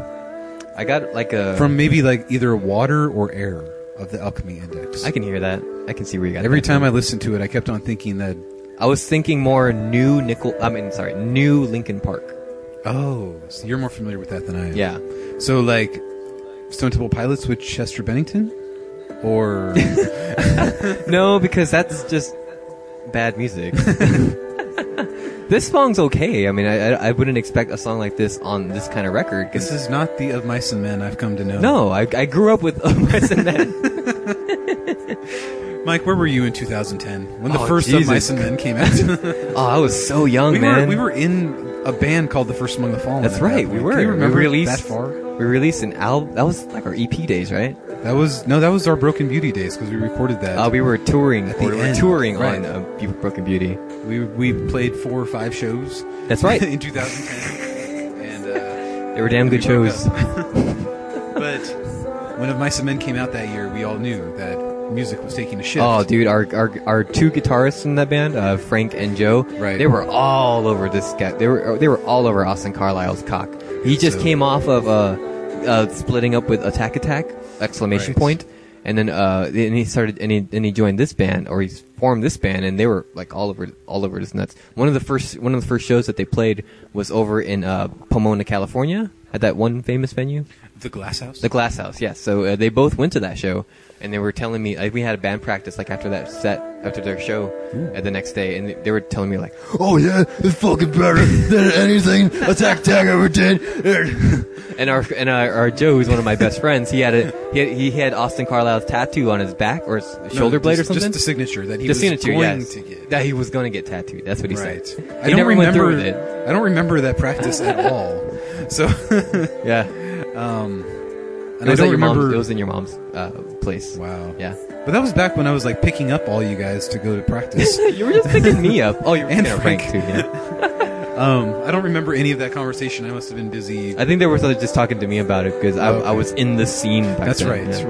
[SPEAKER 2] I got like a
[SPEAKER 1] from maybe like either water or air of the alchemy index.
[SPEAKER 2] I can hear that. I can see where you got
[SPEAKER 1] Every
[SPEAKER 2] that
[SPEAKER 1] time
[SPEAKER 2] from.
[SPEAKER 1] I listened to it, I kept on thinking that,
[SPEAKER 2] I was thinking more new Nickel. I mean, sorry, new Lincoln Park.
[SPEAKER 1] oh, so you're more familiar with that than I am.
[SPEAKER 2] Yeah.
[SPEAKER 1] So like Stone Temple Pilots with Chester Bennington,
[SPEAKER 2] *laughs*
[SPEAKER 1] or
[SPEAKER 2] No, because that's just
[SPEAKER 1] *laughs*
[SPEAKER 2] bad music. *laughs* this song's okay. I mean, I, I I wouldn't expect a song like this on this kind of record.
[SPEAKER 1] this
[SPEAKER 2] 'cause-
[SPEAKER 1] is not the Of Mice and Men I've come to know.
[SPEAKER 2] no, I, I grew up with *laughs* Mice and Men.
[SPEAKER 1] Mike, where were you in 2010 when the
[SPEAKER 2] Oh,
[SPEAKER 1] first
[SPEAKER 2] Jesus.
[SPEAKER 1] Of Mice and Men came
[SPEAKER 2] *laughs*
[SPEAKER 1] out?
[SPEAKER 2] Oh, I was so young,
[SPEAKER 1] we
[SPEAKER 2] man.
[SPEAKER 1] were we were in a band called The First Among the Fallen.
[SPEAKER 2] That's
[SPEAKER 1] at that
[SPEAKER 2] right. We
[SPEAKER 1] point.
[SPEAKER 2] were.
[SPEAKER 1] Can you remember
[SPEAKER 2] we released
[SPEAKER 1] that far?
[SPEAKER 2] We released an album. That was like our EP days, right?
[SPEAKER 1] That was no, that was our Broken Beauty days because we recorded that.
[SPEAKER 2] Uh, we were touring.
[SPEAKER 1] At the
[SPEAKER 2] We were
[SPEAKER 1] end,
[SPEAKER 2] touring
[SPEAKER 1] right.
[SPEAKER 2] on uh, Be- Broken Beauty.
[SPEAKER 1] we we played four or five shows.
[SPEAKER 2] That's right.
[SPEAKER 1] *laughs* in 2010, and uh,
[SPEAKER 2] They were damn
[SPEAKER 1] We
[SPEAKER 2] good
[SPEAKER 1] broke
[SPEAKER 2] shows.
[SPEAKER 1] *laughs* but when Of Mice and Men came out that year, we all knew that music was taking a shift.
[SPEAKER 2] Oh, dude, our, our our two guitarists in that band, uh, Frank and Joe,
[SPEAKER 1] Right.
[SPEAKER 2] they were all over this guy. They were they were all over Austin Carlisle's cock. He just
[SPEAKER 1] So-
[SPEAKER 2] came off of uh, uh, splitting up with Attack Attack! Exclamation
[SPEAKER 1] Right.
[SPEAKER 2] point. And then uh, and he started and he and he joined this band or he formed this band and they were like all over all over his nuts. One of the first one of the first shows that they played was over in uh, Pomona, California, at that one famous venue.
[SPEAKER 1] the Glass House.
[SPEAKER 2] The Glass House, yes. So uh, they both went to that show, and they were telling me like, we had a band practice like after that set, after their show, uh, the next day, and they- they were telling me like, *gasps*
[SPEAKER 3] Oh yeah, it's fucking better than anything Attack Tag ever did.
[SPEAKER 2] and our and our, our Joe, who's one of
[SPEAKER 1] *laughs*
[SPEAKER 2] my best friends, he had a he had, he had Austin Carlisle's tattoo on his back or his
[SPEAKER 1] No,
[SPEAKER 2] shoulder blade
[SPEAKER 1] just-
[SPEAKER 2] or something.
[SPEAKER 1] Just the signature that he
[SPEAKER 2] The
[SPEAKER 1] was
[SPEAKER 2] signature,
[SPEAKER 1] going
[SPEAKER 2] yes.
[SPEAKER 1] to get.
[SPEAKER 2] That he was going to get tattooed. That's what he
[SPEAKER 1] right.
[SPEAKER 2] said.
[SPEAKER 1] I
[SPEAKER 2] He
[SPEAKER 1] don't
[SPEAKER 2] never
[SPEAKER 1] remember.
[SPEAKER 2] went through with
[SPEAKER 1] *laughs*
[SPEAKER 2] it.
[SPEAKER 1] I don't remember that practice at all. So
[SPEAKER 2] Yeah.
[SPEAKER 1] And I
[SPEAKER 2] was at
[SPEAKER 1] don't
[SPEAKER 2] your mom's-
[SPEAKER 1] remember-
[SPEAKER 2] it was in your mom's uh, place.
[SPEAKER 1] Wow.
[SPEAKER 2] Yeah.
[SPEAKER 1] But that was back when I was like picking up all you guys to go to
[SPEAKER 2] *laughs*
[SPEAKER 1] practice.
[SPEAKER 2] you were just picking me up.
[SPEAKER 1] *laughs*
[SPEAKER 2] Oh, you were
[SPEAKER 1] And
[SPEAKER 2] picking up Frank too.
[SPEAKER 1] Frank.
[SPEAKER 2] Yeah.
[SPEAKER 1] um, I don't remember any of that conversation. I must have been busy.
[SPEAKER 2] I think they were sort of just talking to me about it because I,
[SPEAKER 1] Okay.
[SPEAKER 2] I was in the scene. Back
[SPEAKER 1] That's
[SPEAKER 2] then,
[SPEAKER 1] right.
[SPEAKER 2] yeah.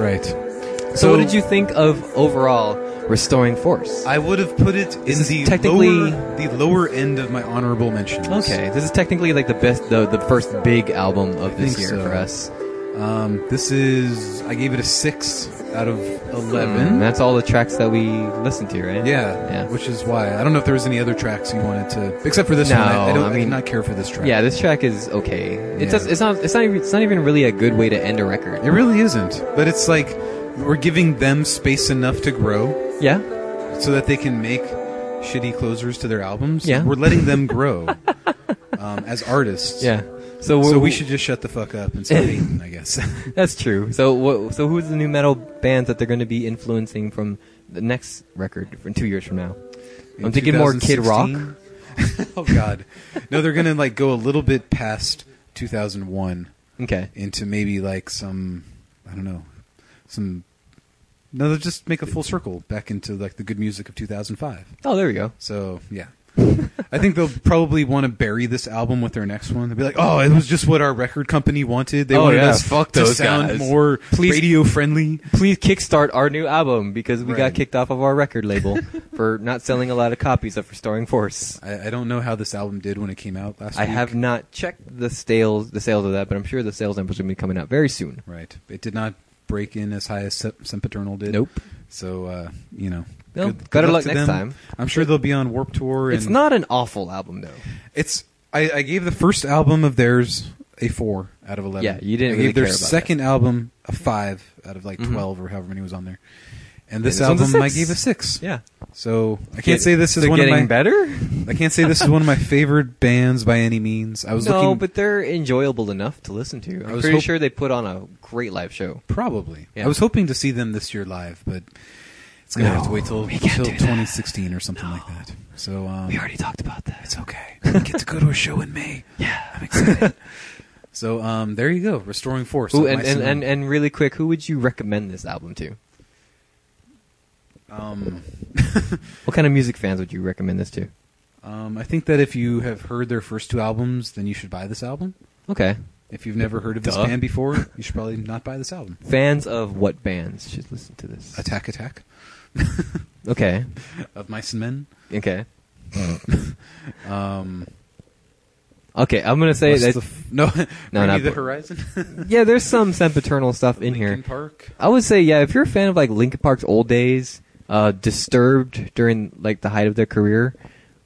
[SPEAKER 1] Right.
[SPEAKER 2] So, what did you think of overall restoring force?
[SPEAKER 1] I would have put it in
[SPEAKER 2] is
[SPEAKER 1] the
[SPEAKER 2] technically-
[SPEAKER 1] lower, the lower end of my honorable mentions.
[SPEAKER 2] okay, this is technically like the best, the the first big album of this
[SPEAKER 1] think
[SPEAKER 2] year
[SPEAKER 1] so.
[SPEAKER 2] for us.
[SPEAKER 1] Um, this is I gave it a six out of
[SPEAKER 2] Mm,
[SPEAKER 1] eleven.
[SPEAKER 2] that's all the tracks that we listened to, right?
[SPEAKER 1] yeah,
[SPEAKER 2] Yeah.
[SPEAKER 1] which is why I don't know if there was any other tracks you wanted to, except for this
[SPEAKER 2] No,
[SPEAKER 1] one. I, I don't.
[SPEAKER 2] I
[SPEAKER 1] I did
[SPEAKER 2] mean-
[SPEAKER 1] not care for this track.
[SPEAKER 2] Yeah, this track is okay. It
[SPEAKER 1] Yeah.
[SPEAKER 2] does, it's not. It's not. Even, it's not even really a good way to end a record.
[SPEAKER 1] it really isn't. But it's like we're giving them space enough to grow
[SPEAKER 2] Yeah.
[SPEAKER 1] so that they can make shitty closers to their albums.
[SPEAKER 2] Yeah.
[SPEAKER 1] we're letting
[SPEAKER 2] *laughs*
[SPEAKER 1] them grow um, as artists.
[SPEAKER 2] Yeah. So, we're,
[SPEAKER 1] So we should just shut the fuck up and
[SPEAKER 2] *laughs*
[SPEAKER 1] stop hating, I guess. *laughs*
[SPEAKER 2] That's true. So what? So who's the new metal bands that they're going to be influencing from the next record from two years from now?
[SPEAKER 1] In
[SPEAKER 2] I'm thinking more Kid Rock.
[SPEAKER 1] 2016? *laughs* oh God, no! They're gonna like go a little bit past 2001
[SPEAKER 2] Okay.
[SPEAKER 1] into maybe like some I don't know some. No, they'll just make a full circle back into like the good music of 2005.
[SPEAKER 2] Oh, there we go.
[SPEAKER 1] So yeah, *laughs* I think they'll probably want to bury this album with their next one. They'll be like, "Oh, it was just what our record company wanted. They
[SPEAKER 2] Oh,
[SPEAKER 1] wanted
[SPEAKER 2] yeah,
[SPEAKER 1] us
[SPEAKER 2] fuck
[SPEAKER 1] to
[SPEAKER 2] those
[SPEAKER 1] sound
[SPEAKER 2] guys.
[SPEAKER 1] more
[SPEAKER 2] Please-
[SPEAKER 1] radio friendly."
[SPEAKER 2] Please kickstart our new album because we
[SPEAKER 1] Right.
[SPEAKER 2] got kicked off of our record *laughs* label for not selling a lot of copies of Restoring Force.
[SPEAKER 1] I, I don't know how this album did when it came out last.
[SPEAKER 2] I
[SPEAKER 1] week.
[SPEAKER 2] have not checked the sales the sales of that, but I'm sure the sales numbers are going to be coming out very soon.
[SPEAKER 1] Right. It did not break in as high as Sep- Sempiternal did.
[SPEAKER 2] Nope.
[SPEAKER 1] So, uh, you know.
[SPEAKER 2] Well, better luck
[SPEAKER 1] to
[SPEAKER 2] next
[SPEAKER 1] them.
[SPEAKER 2] time.
[SPEAKER 1] I'm sure they'll be on Warp Tour. And
[SPEAKER 2] It's not an awful album though.
[SPEAKER 1] It's. I, I gave the first album of theirs a four out of eleven.
[SPEAKER 2] Yeah, you didn't
[SPEAKER 1] I
[SPEAKER 2] really
[SPEAKER 1] gave their
[SPEAKER 2] care about
[SPEAKER 1] second album a five out of like
[SPEAKER 2] Mhm.
[SPEAKER 1] twelve or however many was on there. And this
[SPEAKER 2] this one's a
[SPEAKER 1] album I
[SPEAKER 2] six.
[SPEAKER 1] gave a six.
[SPEAKER 2] Yeah.
[SPEAKER 1] So I can't say this is
[SPEAKER 2] They're
[SPEAKER 1] one of
[SPEAKER 2] getting
[SPEAKER 1] my.
[SPEAKER 2] better.
[SPEAKER 1] I can't say this is one
[SPEAKER 2] *laughs*
[SPEAKER 1] of my favorite bands by any means. I was
[SPEAKER 2] No,
[SPEAKER 1] looking
[SPEAKER 2] but they're enjoyable enough to listen to.
[SPEAKER 1] I
[SPEAKER 2] I'm
[SPEAKER 1] was
[SPEAKER 2] pretty
[SPEAKER 1] hop-
[SPEAKER 2] sure they put on a great live show.
[SPEAKER 1] Probably.
[SPEAKER 2] Yeah.
[SPEAKER 1] I was hoping to see them this year live, but it's gonna
[SPEAKER 2] No,
[SPEAKER 1] have to wait till,
[SPEAKER 2] we can't
[SPEAKER 1] till
[SPEAKER 2] do that.
[SPEAKER 1] 2016 or something like that. So um,
[SPEAKER 2] We already talked about that.
[SPEAKER 1] it's okay. We get to go to a show in *laughs* May.
[SPEAKER 2] Yeah.
[SPEAKER 1] I'm excited. *laughs* so um, there you go, restoring force.
[SPEAKER 2] Ooh,
[SPEAKER 1] at
[SPEAKER 2] and,
[SPEAKER 1] my
[SPEAKER 2] and,
[SPEAKER 1] cinema.
[SPEAKER 2] and, and really quick, who would you recommend this album to?
[SPEAKER 1] um,
[SPEAKER 2] What kind of music fans would you recommend this to?
[SPEAKER 1] um, I think that if you have heard their first two albums, then you should buy this album.
[SPEAKER 2] Okay.
[SPEAKER 1] If you've never heard of this
[SPEAKER 2] Duh.
[SPEAKER 1] band before, you should probably not buy this album.
[SPEAKER 2] Fans of what bands should listen to this?
[SPEAKER 1] Attack, attack
[SPEAKER 2] Okay.
[SPEAKER 1] of mice and men.
[SPEAKER 2] Okay.
[SPEAKER 1] Um,
[SPEAKER 2] Okay, I'm going to say
[SPEAKER 1] what's
[SPEAKER 2] that.
[SPEAKER 1] the f-
[SPEAKER 2] *laughs*
[SPEAKER 1] no, no,
[SPEAKER 2] not
[SPEAKER 1] the
[SPEAKER 2] Bl-
[SPEAKER 1] horizon.
[SPEAKER 2] yeah, there's some Sempiternal stuff *laughs* in here.
[SPEAKER 1] Linkin Park.
[SPEAKER 2] I would say, yeah, if you're a fan of like Linkin Park's old days, uh, Disturbed during like the height of their career,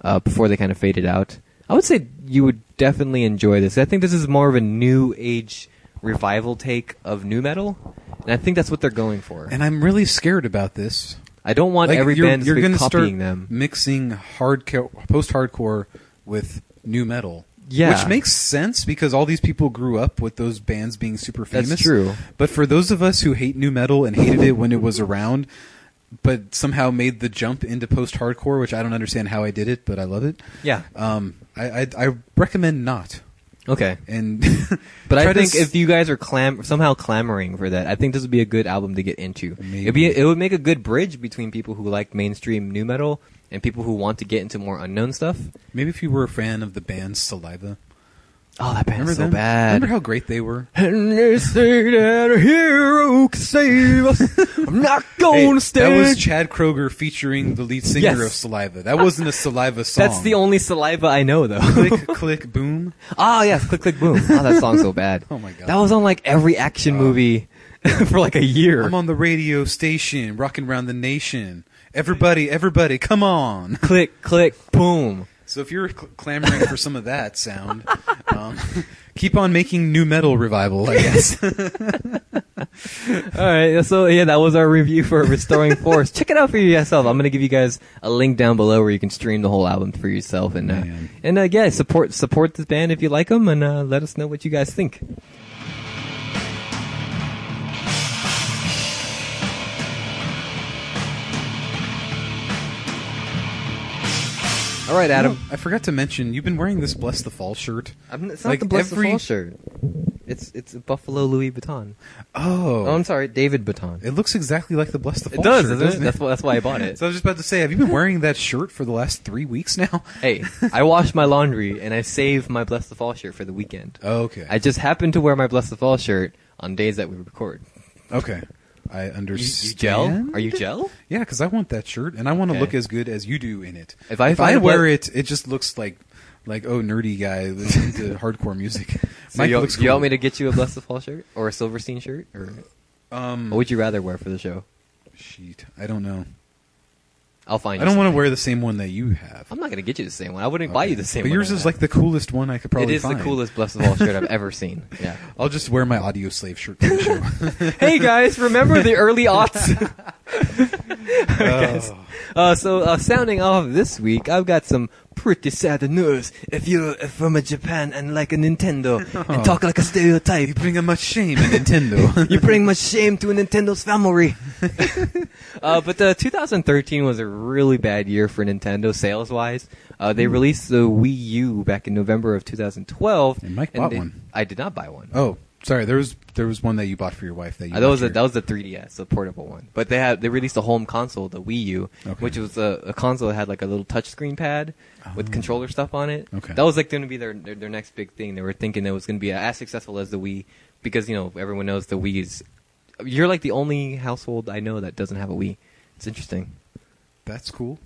[SPEAKER 2] uh, before they kind of faded out, I would say you would definitely enjoy this. I think this is more of a new age revival take of new metal, and I think that's what they're going for.
[SPEAKER 1] And I'm really scared about this.
[SPEAKER 2] I don't want every
[SPEAKER 1] you're,
[SPEAKER 2] band to
[SPEAKER 1] you're
[SPEAKER 2] be
[SPEAKER 1] gonna
[SPEAKER 2] copying
[SPEAKER 1] start
[SPEAKER 2] them.
[SPEAKER 1] mixing hardcore, post-hardcore with new metal.
[SPEAKER 2] Yeah.
[SPEAKER 1] which makes sense because all these people grew up with those bands being super
[SPEAKER 2] That's
[SPEAKER 1] famous.
[SPEAKER 2] true.
[SPEAKER 1] But for those of us who hate new metal and hated it when it was around, but somehow made the jump into post-hardcore, which I don't understand how I did it, but I love it.
[SPEAKER 2] Yeah.
[SPEAKER 1] Um, I I, I recommend not.
[SPEAKER 2] Okay.
[SPEAKER 1] And *laughs* try
[SPEAKER 2] But I
[SPEAKER 1] to s-
[SPEAKER 2] think if you guys are clam- somehow clamoring for that, I think this would be a good album to get into.
[SPEAKER 1] Maybe.
[SPEAKER 2] It'd be, it would make a good bridge between people who like mainstream new metal and people who want to get into more unknown stuff.
[SPEAKER 1] maybe if you were a fan of the band Saliva,
[SPEAKER 2] Oh, that band
[SPEAKER 1] remember
[SPEAKER 2] is so
[SPEAKER 1] them?
[SPEAKER 2] bad.
[SPEAKER 1] Remember how great they were?
[SPEAKER 2] and they say that a hero can
[SPEAKER 1] *laughs*
[SPEAKER 2] save us. I'm not
[SPEAKER 1] Hey,
[SPEAKER 2] going to
[SPEAKER 1] that
[SPEAKER 2] stand.
[SPEAKER 1] was Chad Kroger featuring the lead singer
[SPEAKER 2] Yes.
[SPEAKER 1] of Saliva. That wasn't a Saliva song.
[SPEAKER 2] *laughs* That's the only saliva I
[SPEAKER 1] *laughs*
[SPEAKER 2] know, though. *laughs*
[SPEAKER 1] click click boom.
[SPEAKER 2] Ah, yes, click, click, boom. Oh, that song's so bad.
[SPEAKER 1] Oh my God. Uh.
[SPEAKER 2] That was on like every action movie *laughs* for like a year.
[SPEAKER 1] I'm on the radio station, rocking around the nation. Everybody, everybody, come on!
[SPEAKER 2] click, click, boom.
[SPEAKER 1] So if you're cl- clamoring for some of that sound, *laughs* um, keep on making new metal revival. I guess.
[SPEAKER 2] *laughs* All right, so yeah, that was our review for Restoring Force. Check it out for yourself. I'm gonna give you guys a link down below where you can stream the whole album for yourself and uh,
[SPEAKER 1] Man.
[SPEAKER 2] and uh, yeah, support support this band if you like them, and uh, let us know what you guys think. All right, Adam.
[SPEAKER 1] I forgot to mention you've been wearing this "Bless the Fall" shirt.
[SPEAKER 2] I'm, it's
[SPEAKER 1] Like
[SPEAKER 2] not the Bless the
[SPEAKER 1] every-
[SPEAKER 2] Fall shirt. It's it's a Buffalo Louis Vuitton.
[SPEAKER 1] Oh,
[SPEAKER 2] Oh, I'm sorry, David Vuitton.
[SPEAKER 1] it looks exactly like the Bless the
[SPEAKER 2] It
[SPEAKER 1] Fall
[SPEAKER 2] does,
[SPEAKER 1] shirt,
[SPEAKER 2] doesn't it? That's why, that's why I *laughs* bought it.
[SPEAKER 1] So I was just about to say, have you been wearing that shirt for the last three weeks now?
[SPEAKER 2] hey, I wash my laundry and I save my Bless the Fall shirt for the weekend.
[SPEAKER 1] Okay.
[SPEAKER 2] I just happen to wear my Bless the Fall shirt on days that we record.
[SPEAKER 1] okay. I
[SPEAKER 2] You,
[SPEAKER 1] understand.
[SPEAKER 2] you gel? Are you gel?
[SPEAKER 1] Yeah, because I want that shirt, and I want to
[SPEAKER 2] Okay.
[SPEAKER 1] look as good as you do in it.
[SPEAKER 2] If I find a
[SPEAKER 1] wear
[SPEAKER 2] pla-
[SPEAKER 1] it, it just looks like like oh nerdy guy
[SPEAKER 2] *laughs*
[SPEAKER 1] listening to hardcore music.
[SPEAKER 2] So you, you want me to get you a Bless the Fall shirt or a Silverstein shirt? Or
[SPEAKER 1] Um,
[SPEAKER 2] what would you rather wear for the show?
[SPEAKER 1] sheet. I don't know.
[SPEAKER 2] I'll find.
[SPEAKER 1] I don't
[SPEAKER 2] you
[SPEAKER 1] want to wear the same one that you have.
[SPEAKER 2] I'm not gonna get you the same one. I wouldn't buy
[SPEAKER 1] Okay.
[SPEAKER 2] you the same.
[SPEAKER 1] But
[SPEAKER 2] one
[SPEAKER 1] yours
[SPEAKER 2] I
[SPEAKER 1] is
[SPEAKER 2] have.
[SPEAKER 1] like the coolest one I could probably.
[SPEAKER 2] it is
[SPEAKER 1] find.
[SPEAKER 2] the coolest Bless the Fall shirt I've ever seen.
[SPEAKER 1] *laughs*
[SPEAKER 2] Yeah.
[SPEAKER 1] I'll just wear my audio slave shirt to the
[SPEAKER 2] *laughs*
[SPEAKER 1] show.
[SPEAKER 2] hey guys, remember
[SPEAKER 1] *laughs*
[SPEAKER 2] the early aughts? *laughs*
[SPEAKER 1] Oh.
[SPEAKER 2] Guys. Uh, so uh, sounding off this week, I've got some pretty sad news. If you're uh, from Japan and like
[SPEAKER 1] *laughs*
[SPEAKER 2] a Nintendo and talk like a stereotype,
[SPEAKER 1] Bring a much shame in Nintendo.
[SPEAKER 2] *laughs* you bring much shame to
[SPEAKER 1] *laughs*
[SPEAKER 2] Nintendo's family. uh, but uh, 2013 was a really bad year for Nintendo sales wise. Uh,
[SPEAKER 1] Hmm.
[SPEAKER 2] they released the Wii U back in November of 2012.
[SPEAKER 1] And Mike bought
[SPEAKER 2] they-
[SPEAKER 1] one.
[SPEAKER 2] I did not buy one.
[SPEAKER 1] *laughs* oh, sorry. There was there was one that you bought for your wife that you.
[SPEAKER 2] Uh, that was
[SPEAKER 1] bought
[SPEAKER 2] a,
[SPEAKER 1] your-
[SPEAKER 2] that was the 3DS, the portable one. But they had they released a home console, the Wii U,
[SPEAKER 1] Okay.
[SPEAKER 2] which was a, a console that had like a little touchscreen pad with controller stuff on it.
[SPEAKER 1] Oh. Okay.
[SPEAKER 2] That was like going to be their, their their next big thing. They were thinking that it was going to be as successful as the Wii because you know everyone knows the Wii is. You're like the only household I know that doesn't have a Wii. It's interesting.
[SPEAKER 1] That's cool.